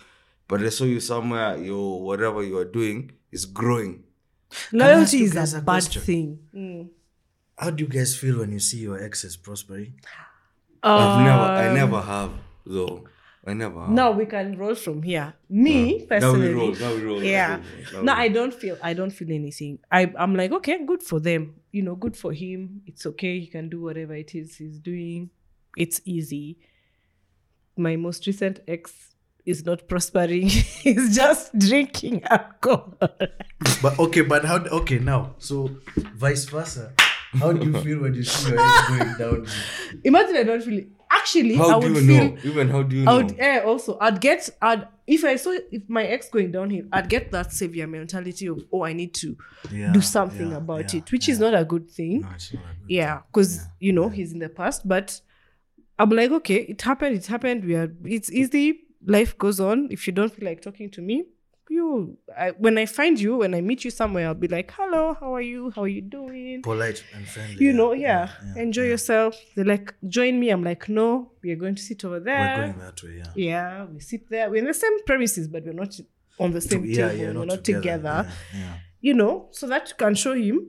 but i saw you somewhere your whatever you are doing is growing ask Loyalty you is guys a, a bad question? thing. How do you guys feel when you see your exes prospering? Uh, i've never Um, i never have though i never have. Now we can roll from here. Me Hmm. now personally. we roll now we roll Yeah. now we No, I roll. don't feel I don't feel anything. I, I'm like, okay, good for them. You know, good for him. It's okay. He can do whatever it is he's doing. It's easy. My most recent ex is not prospering. he's just drinking alcohol. But okay, but how? Okay, now so vice versa. How do you feel when you see your ex going down? Imagine I don't feel it. Actually, I how do would you feel know even how do you I know would eh, also I'd get I'd if I saw if my ex going downhill, I'd get that savior mentality of oh, I need to Yeah, do something yeah, about yeah, it, which is yeah. not a good thing. No, it's not a good yeah, thing. because Yeah. you know he's in the past, but I'm like, okay, it happened, it happened. We are, it's easy. Life goes on. If you don't feel like talking to me, you, I, when I find you, when I meet you somewhere, I'll be like, hello, how are you? How are you doing? polite and friendly. you yeah, know, yeah, yeah, enjoy yeah. yourself. They like join me. I'm like, no, we are going to sit over We're there. going that way, yeah. Yeah, we sit there. We're in the same premises, but we're not on the same yeah, table. yeah, we're not together. Yeah, yeah. You know, so that you can show him.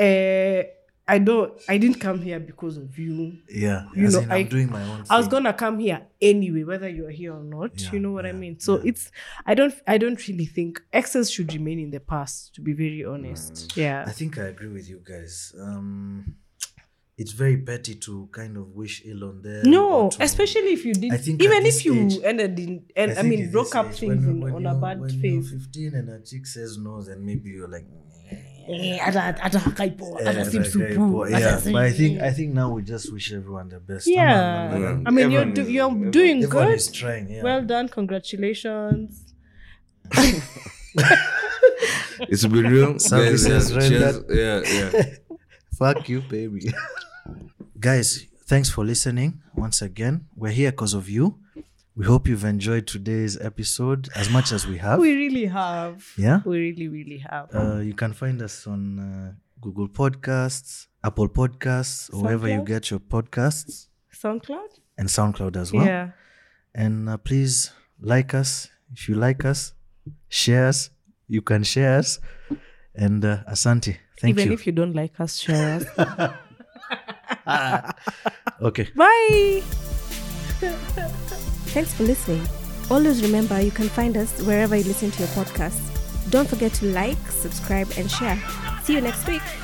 Uh, I don't. I didn't come here because of you. yeah. You as know, in, I- I'm doing my own. I was thing. gonna come here anyway, whether you're here or not. Yeah, you know what I yeah, mean. So yeah. it's. I don't. I don't really think exes should remain in the past. To be very honest. Mm. I Yeah. think I agree with you guys. Um, it's very petty to kind of wish ill on them. No, or to- especially if you did. I think at Even this if you stage- ended in, and I, think mean, at broke this up age, things when- in, when on a you're- bad when you're phase. 15 and a chick says no, then maybe you're like. Eh, ata- ata- akaipo, eh, ata like, sipsupu, eh, boy, ata yeah, si- but I think I think now we just wish everyone the best. I'm- Yeah. I'm- I'm- Yeah. I mean, you're, Everyone do, is- you're everyone- doing everyone good. is trying. Yeah. Well done. Congratulations. It's been real. Services yeah, yeah, rendered. cheers. yeah, yeah. Fuck you, baby. Guys, thanks for listening once again. We're here because of you. We hope you've enjoyed today's episode as much as we have. We really have. Yeah. We really, really have. Uh, you can find us on uh, Google Podcasts, Apple Podcasts, or wherever you SoundCloud? get your podcasts, SoundCloud? and SoundCloud as well. yeah. And uh, please like us if you like us, share us. You can share us. And uh, Asante, thank Even you. if you don't like us, share us. okay. Bye. Thanks for listening. Always remember you can find us wherever you listen to your podcasts. Don't forget to like, subscribe, and share. See you next week.